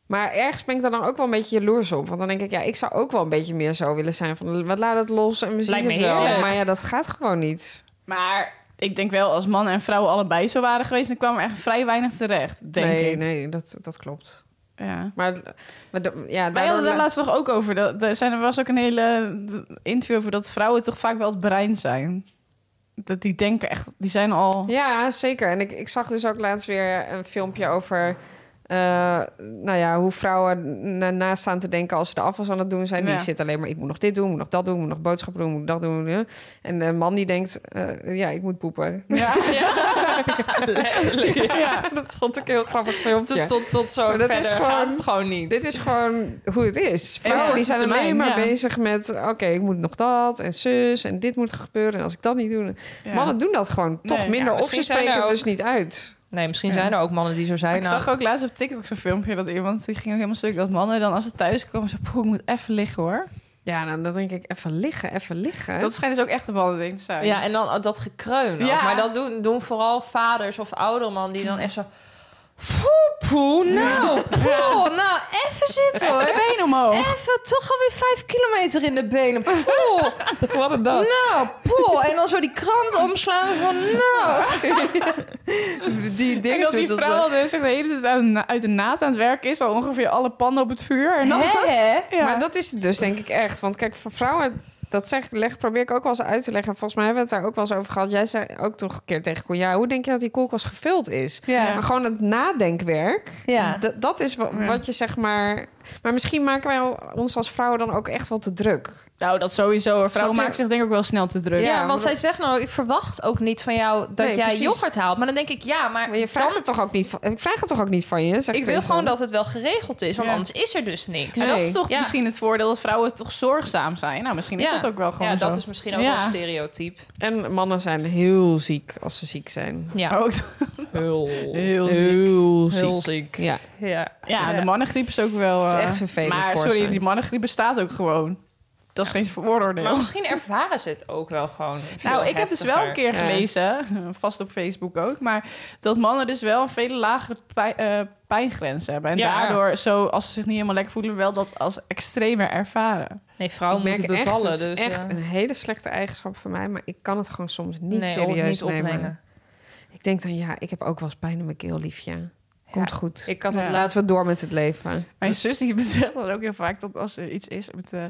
S6: Maar ergens ben ik daar dan ook wel een beetje jaloers op. Want dan denk ik, ja, ik zou ook wel een beetje meer zo willen zijn. Van, wat laat het los en we zien
S7: Lijkt me
S6: het wel.
S7: heerlijk.
S6: Maar ja, dat gaat gewoon niet.
S7: Maar ik denk wel, als mannen en vrouwen allebei zo waren geweest... dan kwam er echt vrij weinig terecht, denk
S6: nee,
S7: ik.
S6: nee, dat, dat klopt.
S7: Ja.
S6: Maar, maar da- ja,
S7: Wij
S6: daardoor...
S7: hadden daar laatst nog ook over. Dat, er, zijn, er was ook een hele d- interview over dat vrouwen toch vaak wel het brein zijn. Dat die denken echt, die zijn al...
S6: Ja, zeker. En ik, ik zag dus ook laatst weer een filmpje over... eh, nou ja, hoe vrouwen na- naast staan te denken als ze de afwas aan het doen zijn.
S7: Ja.
S6: Die zitten alleen maar, ik moet nog dit doen, moet nog dat doen, moet nog boodschappen doen, moet dat doen. hè. En de man die denkt, eh, ja, ik moet poepen.
S7: Ja, letterlijk. Ja.
S6: dat vond ik een heel grappig filmpje.
S5: Tot, tot, tot zo
S6: Maar dat
S5: verder
S6: is gewoon-
S5: gaat het gewoon niet.
S6: Dit is gewoon hoe het is.
S7: Ja,
S6: Vrouwen die
S7: korte
S6: zijn alleen
S7: termijn,
S6: maar
S7: ja.
S6: bezig met... oké, ik moet nog dat en zus en dit moet gebeuren... en als ik dat niet doe...
S7: Ja.
S6: Mannen doen dat gewoon toch
S7: Nee,
S6: minder
S5: ja,
S6: of ze
S5: misschien zijn
S6: spreken
S5: er
S6: het
S5: ook-
S6: dus niet uit.
S5: Nee, misschien zijn er ook mannen die zo zijn.
S7: Ik zag ook laatst op TikTok zo'n filmpje dat iemand, die ging ook helemaal stuk, dat mannen dan als ze thuis komen, zeggen, poeh, ik moet even liggen hoor.
S6: Ja, nou, dan denk ik even liggen, even liggen.
S7: Dat schijnt dus ook echt een mannen ding te zijn.
S5: Ja, en dan oh, dat gekreun. ook.
S7: Ja.
S5: Maar dat doen, doen vooral vaders of ouderman die dan echt zo... Poe, poe, nou, poe, nou, even zitten
S7: Even
S5: hoor.
S7: de been omhoog.
S5: Even toch alweer vijf kilometer in de benen. Poe. Wat een dag. Nou, poe. En dan zo die krant omslaan van nou. Die
S7: En
S5: dingen
S7: dat die
S5: zitten
S7: vrouw dus de hele tijd aan- uit de naad aan het werk is, al ongeveer alle pannen op het vuur. En dan...
S5: Hè, hè?
S7: Ja.
S6: Maar dat is het dus denk ik echt. Want kijk, voor vrouwen, dat zeg, ik- leg, probeer ik ook wel eens uit te leggen. Volgens mij hebben we het daar ook wel eens over gehad. Jij zei ook toch een keer tegen Koen, ja, hoe denk je dat die koelkast gevuld is?
S5: Ja.
S6: Maar gewoon het nadenkwerk,
S5: Ja.
S6: d- dat is wa-
S7: Ja.
S6: wat je zeg maar... Maar misschien maken wij ons als vrouwen dan ook echt wel te druk.
S7: Nou, dat sowieso. hoor. Vrouwen
S6: Snap je?
S7: maken zich denk ik ook wel snel te druk.
S6: Ja,
S5: Ja,
S6: maar
S5: want zij zegt nou, ik verwacht ook niet van jou dat
S6: Nee,
S5: jij
S6: precies.
S5: yoghurt haalt. Maar dan denk ik, ja, maar,
S6: Maar je vraagt
S5: dan-
S6: het toch ook niet van, ik vraag het toch ook niet van je? Zeg
S5: ik wil
S6: eens
S5: gewoon
S6: dan.
S5: dat het wel geregeld is. Want
S7: Ja.
S5: anders is er dus niks.
S7: En dat is
S6: Nee.
S7: toch
S5: Ja.
S7: misschien het voordeel dat vrouwen toch zorgzaam zijn. Nou, misschien is
S5: Ja.
S7: dat ook wel gewoon
S5: Ja, dat
S7: zo.
S5: is misschien ook
S7: Ja.
S5: wel een stereotype.
S6: En mannen zijn heel ziek als ze ziek zijn.
S5: Ja.
S7: Ook
S5: Heel,
S7: heel ziek.
S6: Heel ziek.
S5: heel ziek.
S6: Ja,
S5: Ja.
S7: Ja, de mannengriep is ook wel...
S6: Het is
S7: eh,
S6: echt vervelend
S7: Maar
S6: voor
S7: sorry,
S6: ze.
S7: die mannengriep bestaat ook gewoon. Dat is geen vooroordeel.
S5: Maar misschien ervaren ze het ook wel gewoon.
S7: Nou, ik heb dus wel een keer
S6: Ja.
S7: gelezen, vast op Facebook ook, maar dat mannen dus wel een veel lagere pij- eh, pijngrens hebben. En
S5: Ja.
S7: daardoor, zo, als ze zich niet helemaal lekker voelen, wel dat als extremer ervaren.
S5: Nee, vrouwen
S6: Ik merk
S5: moeten
S6: echt,
S5: bevallen.
S6: het is
S5: dus,
S6: echt
S5: eh,
S6: een hele slechte eigenschap van mij, maar ik kan het gewoon soms niet
S5: nee,
S6: serieus
S5: niet
S6: nemen.
S5: opbrengen.
S6: Ik denk dan ja, ik heb ook wel eens pijn in mijn keel, liefje. Komt
S5: Ja,
S6: goed.
S5: Ik had
S7: Ja.
S5: het laatst...
S6: Laten we door met het leven.
S7: Mijn zus die zegt dat ook heel vaak, dat als er iets is, met, eh,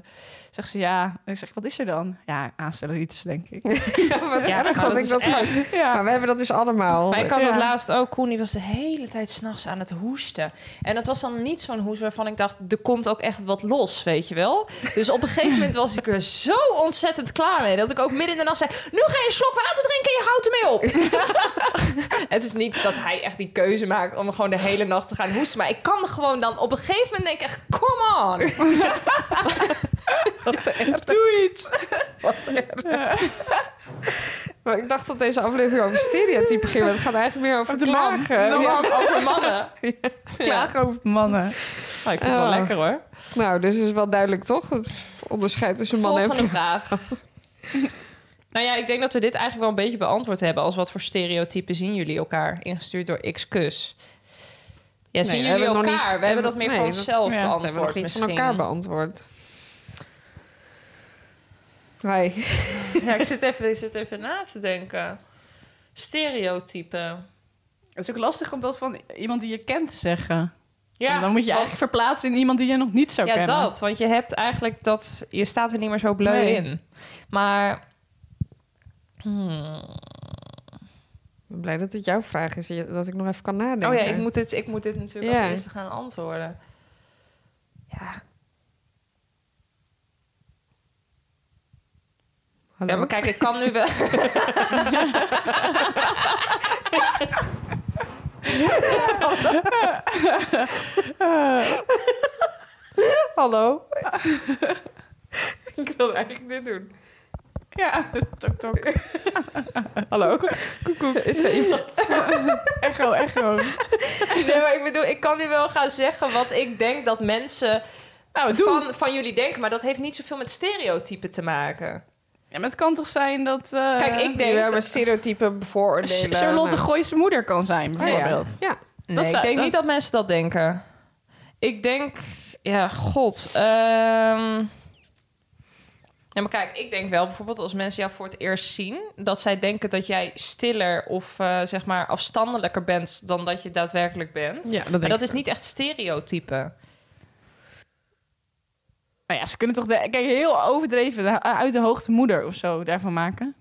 S7: zegt ze ja. En ik zeg, wat is er dan? Ja, aanstelleritis, denk ik.
S6: Ja, wat
S5: Ja,
S6: erg
S5: maar
S6: dat
S5: dat
S6: ik
S5: is
S6: dat had. Maar we hebben dat dus allemaal.
S5: Maar ik had
S7: Ja.
S5: het laatst ook, Koen, die was de hele tijd s'nachts aan het hoesten. En dat was dan niet zo'n hoest waarvan ik dacht, er komt ook echt wat los, weet je wel. Dus op een gegeven moment was ik er zo ontzettend klaar mee, dat ik ook midden in de nacht zei, nu ga je een slok water drinken en je houdt ermee op. het is niet dat hij echt die keuze maakt om gewoon de hele nacht te gaan hoesten, maar ik kan gewoon dan op een gegeven moment denken, echt, come on.
S7: Doe iets!
S6: Maar ik dacht dat deze aflevering over stereotypen ging, maar het gaat eigenlijk meer over
S7: Over de man.
S6: klagen.
S5: Dan
S6: Ja.
S5: ook over mannen.
S7: Klagen over mannen.
S5: Maar Ah, ik vind het wel
S6: Oh.
S5: lekker hoor.
S6: Nou, dus is wel duidelijk toch? Het onderscheid tussen man en
S5: Volgende
S6: vrouw.
S5: vraag. nou ja, ik denk dat we dit eigenlijk wel een beetje beantwoord hebben. Als wat voor stereotypen zien jullie elkaar? Ingestuurd door Xcus. Ja, zien
S6: hebben we
S5: jullie
S6: nog
S5: elkaar?
S6: niet-
S5: we hebben dat meer
S6: nee,
S5: voor
S6: dat-
S5: onszelf
S7: ja, dat
S6: Dat hebben we nog
S5: beantwoord
S6: niet
S5: misschien.
S6: van elkaar beantwoord. Hi.
S5: Ja, ik zit, even, ik zit even na te denken. Stereotypen.
S7: Het is ook lastig om dat van iemand die je kent te zeggen.
S5: Ja,
S7: En dan moet je
S5: want-
S7: eigenlijk verplaatsen in iemand die je nog niet zou
S5: Ja,
S7: kennen.
S5: dat. Want je hebt eigenlijk dat... Je staat er niet meer zo bleu
S7: Nee.
S5: in. Maar... hmm.
S6: Ik ben blij dat het jouw vraag is, je- dat ik nog even kan nadenken.
S5: Oh ja, ik moet dit, ik moet dit natuurlijk
S6: Ja.
S5: als eerste gaan antwoorden. Ja,
S6: Hallo?
S5: Ja, maar kijk, ik kan nu wel.
S7: Hallo?
S6: ik wil eigenlijk dit doen.
S7: Ja, tok tok.
S5: Hallo.
S7: Koekoek.
S5: Is er iemand?
S7: Echo, echo.
S5: Nee, maar ik bedoel, ik kan nu wel gaan zeggen wat ik denk dat mensen
S7: Nou, doe.
S5: van, van jullie denken. Maar dat heeft niet zoveel met stereotypen te maken.
S7: Ja, maar het kan toch zijn dat... eh,
S5: Kijk, ik denk...
S6: we
S5: dat-
S6: hebben stereotypen bevooroordelen.
S7: Charlotte Gooise moeder kan zijn,
S6: Nou, ja.
S7: bijvoorbeeld.
S6: Ja.
S5: Nee,
S7: Dat zou-
S5: ik denk
S7: dat-
S5: niet dat mensen dat denken. Ik denk, ja, god. ehm. Ja, maar kijk, ik denk wel bijvoorbeeld als mensen jou voor het eerst zien, dat zij denken dat jij stiller of eh, zeg maar afstandelijker bent dan dat je daadwerkelijk bent.
S6: Ja, dat
S5: maar
S6: denk
S5: dat
S6: ik
S5: is niet echt stereotype.
S7: Nou ja, ze kunnen toch... De, kijk, heel overdreven de- eh, uit de hoogte moeder of zo daarvan maken.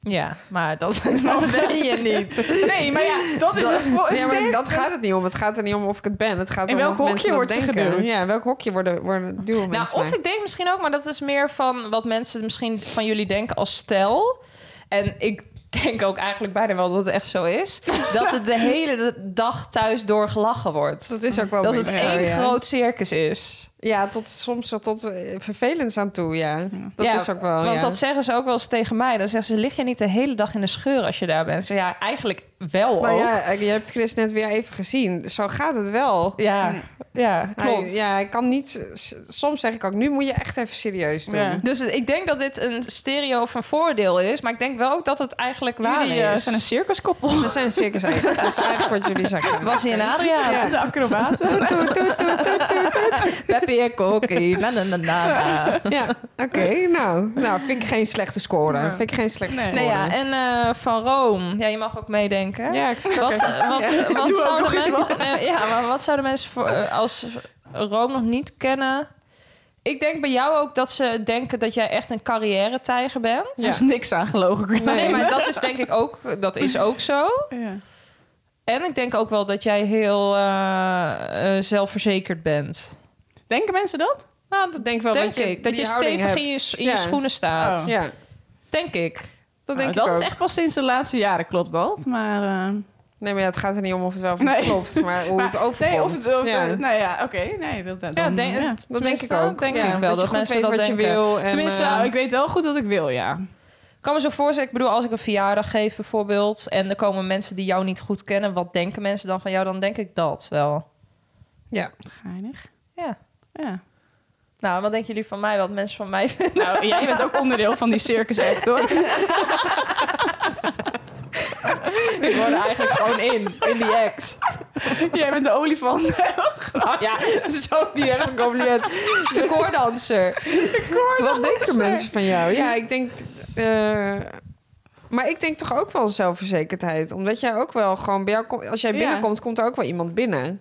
S5: Ja, maar dat.
S7: Dat ben je niet. Nee, maar ja, dat is een vo- een
S6: Ja, maar
S7: sterk-
S6: dat gaat Oh, het niet om. Het gaat er niet om of ik het ben. Het gaat
S7: In
S6: om
S7: welk
S6: of mensen
S7: hokje
S6: dat
S7: wordt je
S6: denken.
S7: geduwd?
S6: Ja, in welk hokje worden, worden duwen
S5: Nou,
S6: mensen
S5: of
S6: mij?
S5: ik denk misschien ook, maar dat is meer van wat mensen misschien van jullie denken als stel. En ik denk ook eigenlijk bijna wel dat het echt zo is. dat het de hele dag thuis door gelachen wordt.
S6: Dat is ook wel
S5: dat
S6: een
S5: het
S6: beetje zo,
S5: één
S6: ja.
S5: groot circus is.
S6: Ja, tot, soms wel tot eh, vervelends aan toe, ja. Dat
S5: Ja,
S6: is ook wel,
S5: Want
S6: Oh, ja.
S5: dat zeggen ze ook wel eens tegen mij. Dan zeggen ze, lig je niet de hele dag in de scheur als je daar bent? Ik zeg, ja, eigenlijk wel
S6: Maar
S5: ook.
S6: ja, eh, je hebt Chris net weer even gezien. Zo gaat het wel.
S5: ja, ja, klopt.
S6: Mm. Hij- ja, ik kan niet... s- Soms zeg ik ook, nu moet je echt even serieus doen.
S7: Ja.
S5: Dus ik denk dat dit een stereo van voordeel is. Maar ik denk wel ook dat het eigenlijk waar
S7: Jullie eh,
S5: is.
S7: zijn een circuskoppel.
S6: We zijn circus eigenlijk. Dat is eigenlijk wat jullie zeggen.
S5: Was hij een Adriaan?
S7: Ja, de acrobaten.
S5: Peppy en Kokkie. Na, na, na, na, na.
S6: Ja, oké. nou, nou, vind ik geen slechte score. Vind ik geen slechte
S7: Nee.
S6: score.
S5: Nee, ja, en eh, van Rome. Ja, je mag ook meedenken.
S6: Ja, ik stak
S5: Wat,
S6: er-
S5: eh, wat, eh, wat
S7: Doe ook
S5: zouden
S7: nog eens
S5: mensen, nee, ja, maar wat zouden mensen voor, eh, als Rome nog niet kennen? Ik denk bij jou ook dat ze denken dat jij echt een carrière-tijger bent. Dus-
S7: Er is niks aan gelogen.
S5: Nee, maar dat is denk ik ook, dat is ook zo.
S7: Ja.
S5: En ik denk ook wel dat jij heel eh, eh, zelfverzekerd bent.
S7: Denken mensen dat?
S5: Nou, dat
S6: denk wel
S5: denk
S6: dat je
S5: ik. Dat
S6: die
S5: je
S6: houding
S5: stevig in je,
S6: hebt.
S5: s- in je
S6: Ja.
S5: schoenen staat.
S7: Oh.
S6: Ja,
S5: Denk ik.
S6: dat
S7: Nou,
S6: denk
S7: dat
S6: ik ook.
S7: is echt pas sinds de laatste jaren, klopt dat. Maar, eh,
S6: Nee, maar ja, het gaat er niet om of het wel of niet
S7: Nee.
S6: klopt, maar hoe
S7: maar-
S6: het overkomt.
S7: Nee, of het... Of,
S6: Ja.
S7: Nou ja, oké. nee, dat, dan, eh,
S5: Ja, denk,
S7: ja.
S6: Dat denk ik ook.
S5: Denk
S6: Ja,
S5: ik wel dat,
S6: je goed
S5: mensen
S6: weet
S5: dat
S6: wat
S5: denken.
S6: je wil. En,
S5: Tenminste,
S6: eh,
S7: Nou, ik weet wel goed wat ik wil, ja.
S5: Ik kan me zo voorstellen, ik bedoel, als ik een verjaardag geef bijvoorbeeld... en er komen mensen die jou niet goed kennen... wat denken mensen dan van jou? Dan denk ik dat wel.
S6: ja.
S7: Geinig.
S5: Ja.
S7: Ja.
S5: Nou, wat denken jullie van mij? Wat mensen van mij vinden?
S7: Nou, jij bent ook onderdeel van die circus act, hoor.
S5: Ik word er eigenlijk gewoon in, in die ex.
S7: Jij bent de olifant. ja, zo niet echt een compliment.
S5: De koordanser.
S6: Wat denken mensen van jou? Ja, ik denk... eh, maar ik denk toch ook wel zelfverzekerdheid. Omdat jij ook wel gewoon... Bij jou, kom- als jij
S7: Ja.
S6: binnenkomt, komt er ook wel iemand binnen.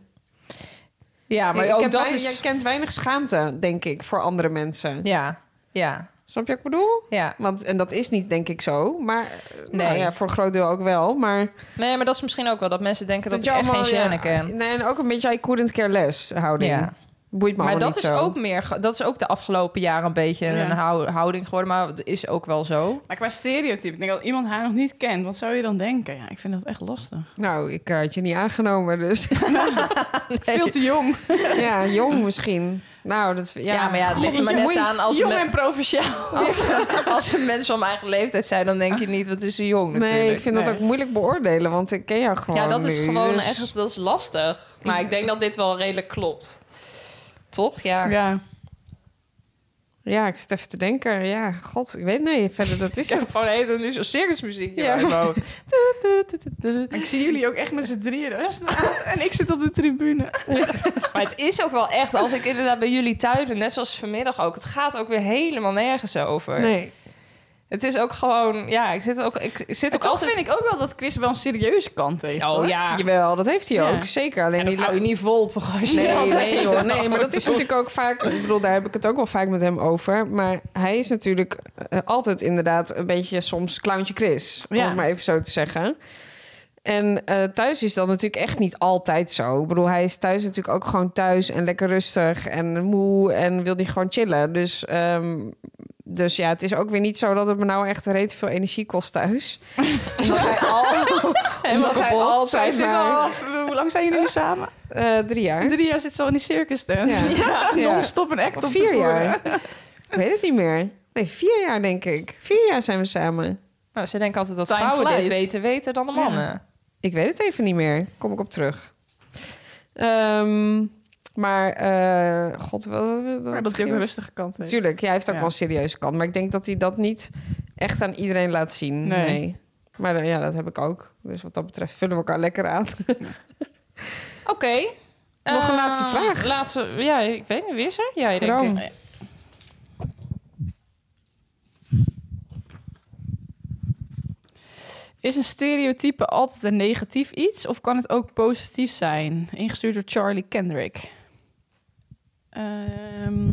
S5: Ja, maar
S6: Ik
S5: ook
S6: heb
S5: dat
S6: weinig-
S5: is...
S6: Jij kent weinig schaamte, denk ik, voor andere mensen.
S5: Ja, ja,
S6: Snap je wat ik bedoel?
S5: ja.
S6: Want, en dat is niet, denk ik, zo. Maar nee.
S5: Nee.
S6: ja, voor een groot deel ook wel. Maar
S5: Nee, maar dat is misschien ook wel dat mensen denken dat,
S6: je
S5: ik echt
S6: allemaal,
S5: geen
S6: ja,
S5: gêne ken.
S6: Nee, en ook een beetje I couldn't care less houding.
S5: Ja.
S6: Boeit me
S5: Maar
S6: allemaal
S5: dat is
S6: niet zo.
S5: ook meer... ge- Dat is ook de afgelopen jaren een beetje
S7: Ja.
S5: een hou- houding geworden. Maar het is ook wel zo.
S7: Maar qua stereotype, ik denk dat iemand haar nog niet kent. Wat zou je dan denken? Ja, ik vind dat echt lastig.
S6: Nou, ik eh, had je niet aangenomen, dus...
S7: Veel te jong.
S6: ja, jong misschien. Nou, dat... is- Ja,
S5: Ja, maar ja, het ligt er maar net aan als
S7: jong
S5: me-
S7: en provinciaal.
S5: Als, als er mensen van mijn eigen leeftijd zijn, dan denk je niet, wat is ze jong natuurlijk.
S6: Nee, ik vind dat
S7: Nee.
S6: ook moeilijk beoordelen, want ik ken jou gewoon
S5: ja, dat is
S6: nu,
S5: gewoon
S6: dus-
S5: echt, dat is lastig. Maar ik denk dat dit wel redelijk klopt. Toch? Ja.
S7: Ja.
S6: Ja, ik zit even te denken. Ja, god, ik weet nee, verder dat is
S5: Ik heb
S6: het.
S5: gewoon helemaal nu zo'n circusmuziek.
S6: Ja.
S5: Ja.
S7: Maar ik zie jullie ook echt met z'n drieën dus- daar staan. En ik zit op de tribune.
S5: Maar het is ook wel echt, als ik inderdaad bij jullie thuis ben, net zoals vanmiddag ook, het gaat ook weer helemaal nergens over.
S6: Nee.
S5: Het is ook gewoon, ja, ik zit ook, ik, ik zit
S7: Toch
S5: ook altijd...
S7: vind ik ook wel dat Chris wel een serieuze kant heeft.
S5: Oh
S7: hoor.
S5: ja,
S6: Jawel, dat heeft hij
S7: Ja.
S6: ook, zeker. Alleen
S5: dat
S6: die
S5: hou je niet vol toch als je
S6: Nee,
S5: dat-
S6: nee, joh. nee, maar dat is natuurlijk ook vaak. Ik bedoel, daar heb ik het ook wel vaak met hem over. Maar hij is natuurlijk eh, altijd inderdaad een beetje soms clowntje Chris. Om
S7: Ja.
S6: het maar even zo te zeggen. En eh, thuis is dat natuurlijk echt niet altijd zo. Ik bedoel, hij is thuis natuurlijk ook gewoon thuis en lekker rustig en moe en wil die gewoon chillen. Dus, ehm, dus ja, het is ook weer niet zo dat het me nou echt reet veel energie kost thuis. omdat hij, al, omdat hij
S7: Bot, zij
S6: altijd
S7: zit
S6: maar
S7: al af- hoe lang zijn jullie nu samen?
S6: eh, drie jaar.
S7: Drie jaar zit ze al in die circus tent.
S6: Ja.
S7: Ja.
S6: Ja.
S7: Non-stop een act
S6: Of
S7: op te
S6: vier
S7: voeren.
S6: jaar. ik weet het niet meer. Nee, vier jaar denk ik. Vier jaar zijn we samen.
S5: Nou, ze denken altijd dat
S7: Time
S5: vrouwen dit
S7: flies.
S5: beter weten dan de mannen.
S6: Ik weet het even niet meer. Kom ik op terug. Ehm, maar, eh god, wat, wat- wat-
S7: Maar dat hij ook een rustige kant heeft.
S6: Natuurlijk, jij heeft ook
S7: Ja.
S6: wel een serieuze kant. Maar ik denk dat hij dat niet echt aan iedereen laat zien. Nee.
S7: Nee.
S6: Maar eh, ja, dat heb ik ook. Dus wat dat betreft vullen we elkaar lekker aan.
S5: Oké.
S6: Nog een
S5: Eh,
S6: laatste vraag.
S5: Laatste, ja, ik weet niet, wie is er? Jij denk
S6: Rome.
S5: ik.
S7: Is een stereotype altijd een negatief iets of kan het ook positief zijn? Ingestuurd door Charlie Kendrick. Ehm,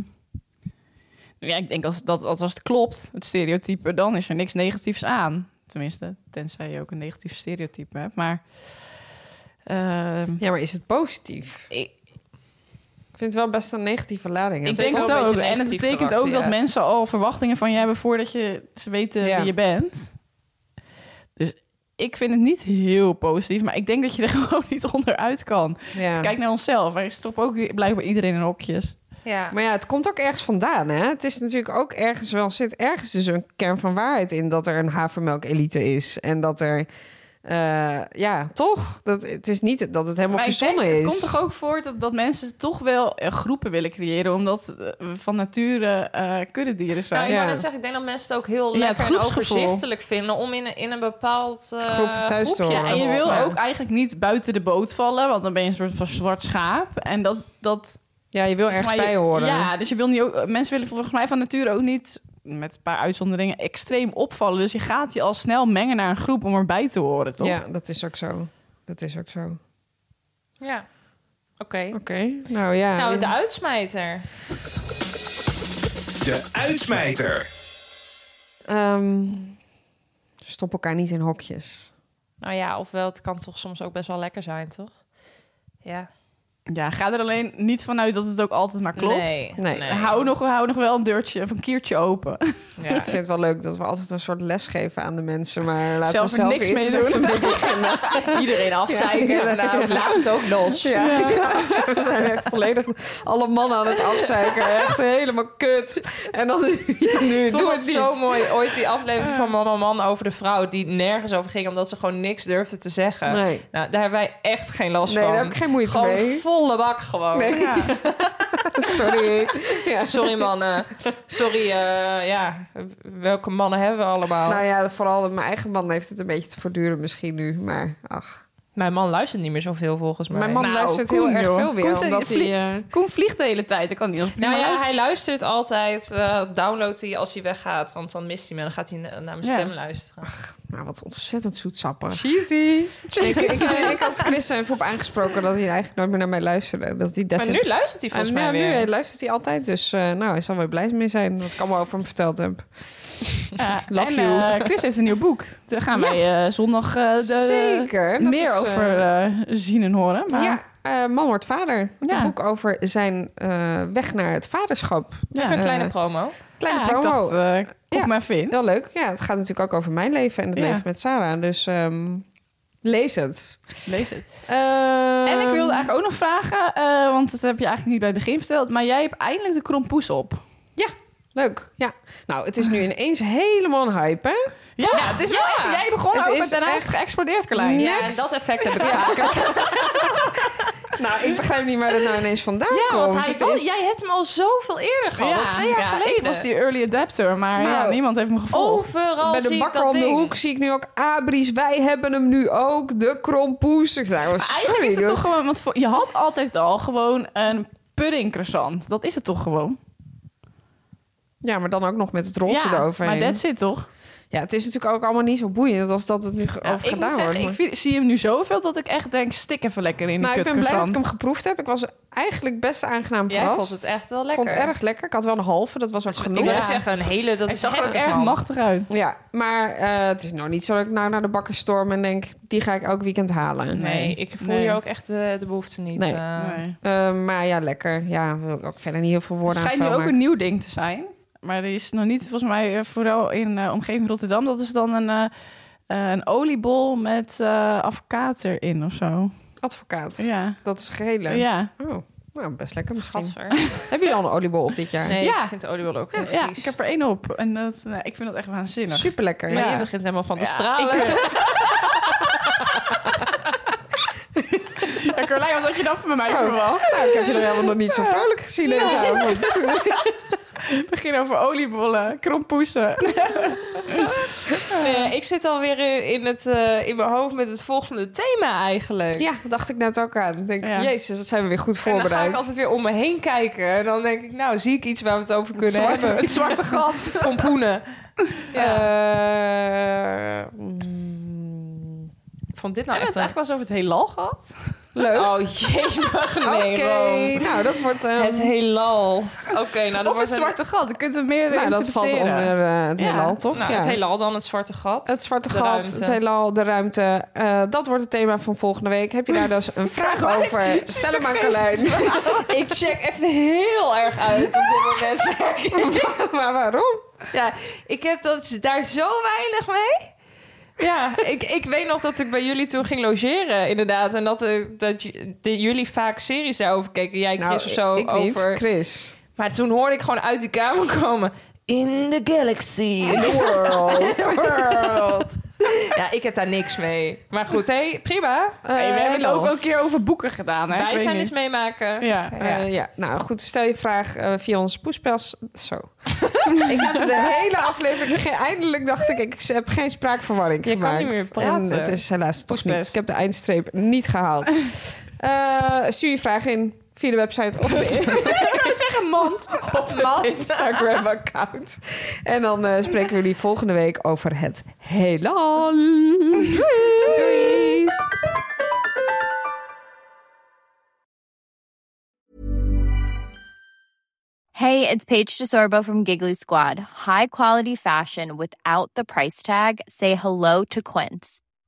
S7: nou ja, ik denk als, dat, als als het klopt, het stereotype, dan is er niks negatiefs aan. Tenminste, tenzij je ook een negatief stereotype hebt. Maar ehm,
S6: Ja, maar is het positief?
S7: Ik-
S6: Ik vind het wel best een negatieve lading.
S7: ik
S6: hebben.
S7: denk
S5: wel
S7: het
S5: een
S7: ook.
S5: beetje
S7: En het
S5: negatief
S7: betekent
S5: karakter,
S7: ook dat
S5: ja.
S7: mensen al verwachtingen van je hebben voordat je, ze weten
S6: Ja.
S7: wie je bent. Dus ik vind het niet heel positief, maar ik denk dat je er gewoon niet onderuit kan. Dus
S6: ja.
S7: Kijk naar onszelf. Wij stoppen ook blijkbaar iedereen in hokjes.
S5: Ja.
S6: Maar ja, het komt ook ergens vandaan. Hè? Het is natuurlijk ook ergens wel, zit ergens dus een kern van waarheid in dat er een havermelk-elite is. En dat er, eh, ja, toch? Dat, het is niet dat het helemaal
S7: Maar ik
S6: verzonnen
S7: denk,
S6: is.
S7: Het komt toch ook voort dat, dat mensen toch wel eh, groepen willen creëren... omdat eh, we van nature eh kuddedieren zijn.
S5: Nou, ik wou
S6: Ja.
S5: net zeggen, ik denk dat mensen het ook heel
S7: Ja, het
S5: lekker en
S7: groepsgevoel.
S5: overzichtelijk vinden om in, een- in een bepaald eh,
S6: Groep thuis te
S5: groepje
S6: horen.
S7: en je wil
S5: horen.
S7: ook eigenlijk niet buiten de boot vallen... want dan ben je een soort van zwart schaap. En dat... dat
S6: Ja, je wil
S7: volgens
S6: ergens
S7: mij-
S6: bij horen.
S7: Ja, dus je wil niet ook, eh, mensen willen volgens mij van nature ook niet... met een paar uitzonderingen extreem opvallen. Dus je gaat je al snel mengen naar een groep om erbij te horen, toch?
S6: Ja, dat is ook zo. Dat is ook zo. Oké,
S5: Ja. Oké.
S6: nou ja.
S5: Nou, de uitsmijter.
S3: De uitsmijter.
S6: Ehm, stop elkaar niet in hokjes.
S5: Nou ja, ofwel, het kan toch soms ook best wel lekker zijn, toch? Ja.
S7: Ja, ga er alleen niet vanuit dat het ook altijd maar klopt.
S5: Nee.
S6: Nee.
S7: Hou, nog, hou nog wel een deurtje of een kiertje open.
S5: Ja.
S6: Ik vind het wel leuk dat we altijd een soort les geven aan de mensen. Maar laten
S7: Zelf
S6: we
S7: er
S6: zelf
S7: niks
S6: eerst
S7: mee
S6: eens
S7: doen.
S6: even mee beginnen.
S5: Iedereen afzeiken en daarna laat het ook los.
S6: Ja. we zijn echt volledig alle mannen aan het afzeiken. Echt helemaal kut. En dan nu,
S5: Ik vond
S6: doe het
S5: het
S6: niet.
S5: zo mooi, ooit die aflevering van Man en Man over de vrouw... die nergens over ging, omdat ze gewoon niks durfde te zeggen.
S6: Nee.
S5: Nou, daar hebben wij echt geen last
S6: Nee,
S5: van.
S6: daar heb ik geen moeite
S5: gewoon
S6: mee.
S5: volle bak gewoon.
S6: Nee. Sorry. Ja.
S5: Sorry mannen. Sorry, eh, ja. Welke mannen hebben we allemaal?
S6: Nou ja, vooral mijn eigen man heeft het een beetje te voortduren misschien nu. Maar ach.
S5: Mijn man luistert niet meer zoveel volgens mij.
S6: Mijn man
S7: Nou,
S6: luistert
S7: Koen,
S6: heel erg
S7: joh.
S6: veel weer.
S7: Koen,
S6: omdat
S7: vlie-
S6: hij, eh,
S7: Koen vliegt de hele tijd. Ik kan niet als prima
S5: Nou ja,
S7: luisteren.
S5: hij luistert altijd. eh downloadt hij als hij weggaat. Want dan mist hij me en dan gaat hij na- naar mijn
S7: Ja.
S5: stem luisteren.
S6: nou, wat ontzettend zoetsappig.
S7: Cheesy.
S6: Ik, ik, eh, ik had Chris er even op aangesproken dat hij eigenlijk nooit meer naar mij luisterde. Dat hij
S5: maar nu luistert hij volgens mij
S6: nou,
S5: weer.
S6: nu eh, luistert hij altijd. Dus eh, nou, hij zal wel blij mee zijn dat ik allemaal over hem verteld heb.
S7: Ja,
S6: Love
S7: en,
S6: you.
S7: eh, Chris heeft een nieuw boek. Daar gaan wij eh, zondag eh, de,
S6: Zeker. dat
S7: meer
S6: is, eh,
S7: over eh, zien en horen. Maar,
S6: Ja, eh, Man wordt vader. Een
S7: Ja.
S6: boek over zijn eh, weg naar het vaderschap.
S7: ja.
S5: Even een kleine
S6: eh,
S5: promo.
S6: Kleine
S7: Ja,
S6: promo.
S7: Ik dacht, eh, ik kom
S6: Ja.
S7: maar even in.
S6: Heel leuk. Ja, het gaat natuurlijk ook over mijn leven en het
S7: Ja.
S6: leven met Sarah. Dus ehm, lees het.
S7: Lees het.
S6: Ehm,
S7: En ik wilde eigenlijk ook nog vragen, eh, want dat heb je eigenlijk niet bij het begin verteld. Maar jij hebt eindelijk de krompoes op.
S6: Leuk, ja. Nou, het is nu ineens helemaal een hype, hè?
S7: Ja, het is wel
S5: Ja.
S7: echt. Jij begon
S6: Het
S7: over en
S6: is
S7: daarna is
S6: echt
S7: het geëxplodeerd, Carlijn.
S6: Next.
S5: Ja, en eh, dat effect heb ik vaker.
S6: Nou, ik begrijp niet waar dat nou ineens vandaan
S5: Ja,
S6: komt.
S5: want hij,
S6: Het
S5: was-
S6: is-
S5: jij hebt hem al zoveel eerder gehad. al twee jaar
S7: ja,
S5: geleden.
S7: Ik was die early adapter, maar ja,
S6: Nou,
S7: niemand heeft me gevolgd.
S5: Overal
S6: Bij de
S5: zie ik
S6: bakker
S5: dat
S6: om de
S5: ding.
S6: hoek zie ik nu ook Abris. Wij hebben hem nu ook. De krompoes. Ik dacht, nou,
S7: Eigenlijk
S6: sorry.
S7: is het
S6: joh.
S7: toch gewoon, want voor- je had altijd al gewoon een pudding croissant. Dat is het toch gewoon?
S6: Ja, maar dan ook nog met het roze
S7: ja,
S6: eroverheen.
S7: maar dat zit toch?
S6: Ja, het is natuurlijk ook allemaal niet zo boeiend als dat het nu ge-
S7: Ja,
S6: over
S7: ik
S6: gedaan
S7: moet
S6: wordt.
S7: zeggen, ik
S6: maar-
S7: vind- zie hem nu zoveel dat ik echt denk, stik even lekker in
S6: nou,
S7: die
S6: ik ben blij dat ik
S7: kutcroissant.
S6: hem geproefd heb. Ik was eigenlijk best aangenaam
S5: Jij
S6: verrast.
S5: vond het echt wel
S6: Ik
S5: lekker.
S6: vond het erg lekker. Ik had wel een halve, dat was ook
S5: Ik
S6: genoeg.
S5: wil
S7: Ja.
S5: zeggen, een hele, dat
S7: Hij
S5: is
S7: zag er ook
S5: heftig,
S7: erg
S5: man.
S7: machtig uit.
S6: Ja, maar eh, het is nou niet zo dat ik nou naar de bakker storm en denk... die ga ik elk weekend halen.
S5: Nee, ik voel
S7: Nee.
S5: hier ook echt eh, de behoefte niet.
S6: Nee.
S5: eh.
S7: Nee.
S6: Eh, maar ja, lekker. Ja, wil ik ook verder niet heel veel
S7: Het
S6: woorden aan
S7: schijnt nu ook
S6: vuil
S7: een nieuw ding te zijn. Maar die is nog niet, volgens mij, eh, vooral in eh omgeving Rotterdam. Dat is dan een, eh, eh, een oliebol met eh advocaat erin of zo.
S6: maken. Advocaat.
S7: Ja.
S6: Dat is gele.
S7: Ja.
S6: Oh. Nou, best lekker misschien.
S5: Gadver.
S6: Heb je al een oliebol op dit jaar?
S5: Nee,
S7: Ja.
S5: ik vind oliebol ook heel
S7: Ja,
S5: vies.
S7: ik heb er één op. En dat, nou, ik vind dat echt waanzinnig.
S6: Super lekker.
S5: Maar
S7: Ja.
S5: je begint helemaal van te
S7: Ja,
S5: stralen.
S7: Ja, Carlijn, wat had je dan van mij verwacht?
S6: Nou, ik heb je er helemaal nog niet zo vrolijk gezien en zo.
S7: Ik begin over oliebollen, krompoesen.
S5: Nee, ik zit alweer in, in, het, eh, in mijn hoofd met het volgende thema eigenlijk.
S6: Ja, dacht ik net ook aan. Ik denk,
S7: Ja.
S6: jezus, wat zijn we weer goed
S5: En dan ga ik
S6: voorbereid.
S5: altijd weer om me heen kijken. En dan denk ik, nou, zie ik iets waar we het over kunnen
S7: zwarte-
S5: hebben. Het zwarte gat. Pompoenen.
S6: Eh, mm,
S5: Ik vond dit
S7: We hebben
S5: nou echt
S7: het
S5: een...
S7: eigenlijk wel eens over het heelal gehad.
S6: leuk.
S5: Oh, jeetje, mag nee,
S6: Oké,
S5: Ron.
S6: nou dat wordt... ehm,
S5: Het heelal. Oké, nou,
S7: Of
S5: dat
S7: het
S5: wordt een-
S7: zwarte gat. Je kunt er meer
S6: nou, dat valt
S7: interpreteren.
S6: onder eh, het
S7: Ja.
S6: heelal, toch?
S5: Nou,
S6: ja.
S5: het heelal dan, het zwarte gat.
S6: Het zwarte
S5: de
S6: gat,
S5: ruimte.
S6: het heelal, de ruimte. Eh, dat wordt het thema van volgende week. Heb je daar dus een vraag over? Stel hem aan Carlijn.
S5: Ik check echt heel erg uit op dit moment.
S6: maar waarom?
S5: Ja, ik heb dat, daar zo weinig mee. Ja, ik, ik weet nog dat ik bij jullie toen ging logeren, inderdaad. En dat, eh, dat j- de, jullie vaak series daarover keken. Jij, Chris of zo.
S6: Nou, ik niet.
S5: over.
S6: Chris.
S5: Maar toen hoorde ik gewoon uit die kamer komen... In the galaxy, in the world. world. Ja, ik heb daar niks mee. Maar goed, hé, hey, prima.
S6: Eh,
S7: Hey, we hebben het ook
S6: heelal.
S7: wel een keer over boeken gedaan. Hè?
S5: Wij
S7: Ik weet
S5: zijn dus eens
S7: niet.
S5: meemaken.
S7: Ja.
S6: Eh, ja. nou goed. Stel je vraag eh, via onze poespels. Zo. ik heb de hele aflevering... ge- Eindelijk dacht ik, ik heb geen spraakverwarring
S5: Je kan
S6: gemaakt.
S5: niet meer
S6: En
S5: praten.
S6: het is helaas toch
S5: Poespels.
S6: niet. Ik heb de eindstreep niet gehaald. Eh, stuur je vraag in via de website of de...
S7: Zeg een mand.
S6: Mijn Instagram-account. En dan eh, spreken we jullie volgende week over het heelal. Doei! Doei.
S9: Hey, it's Paige DeSorbo from Giggly Squad. High quality fashion without the price tag. Say hello to Quince.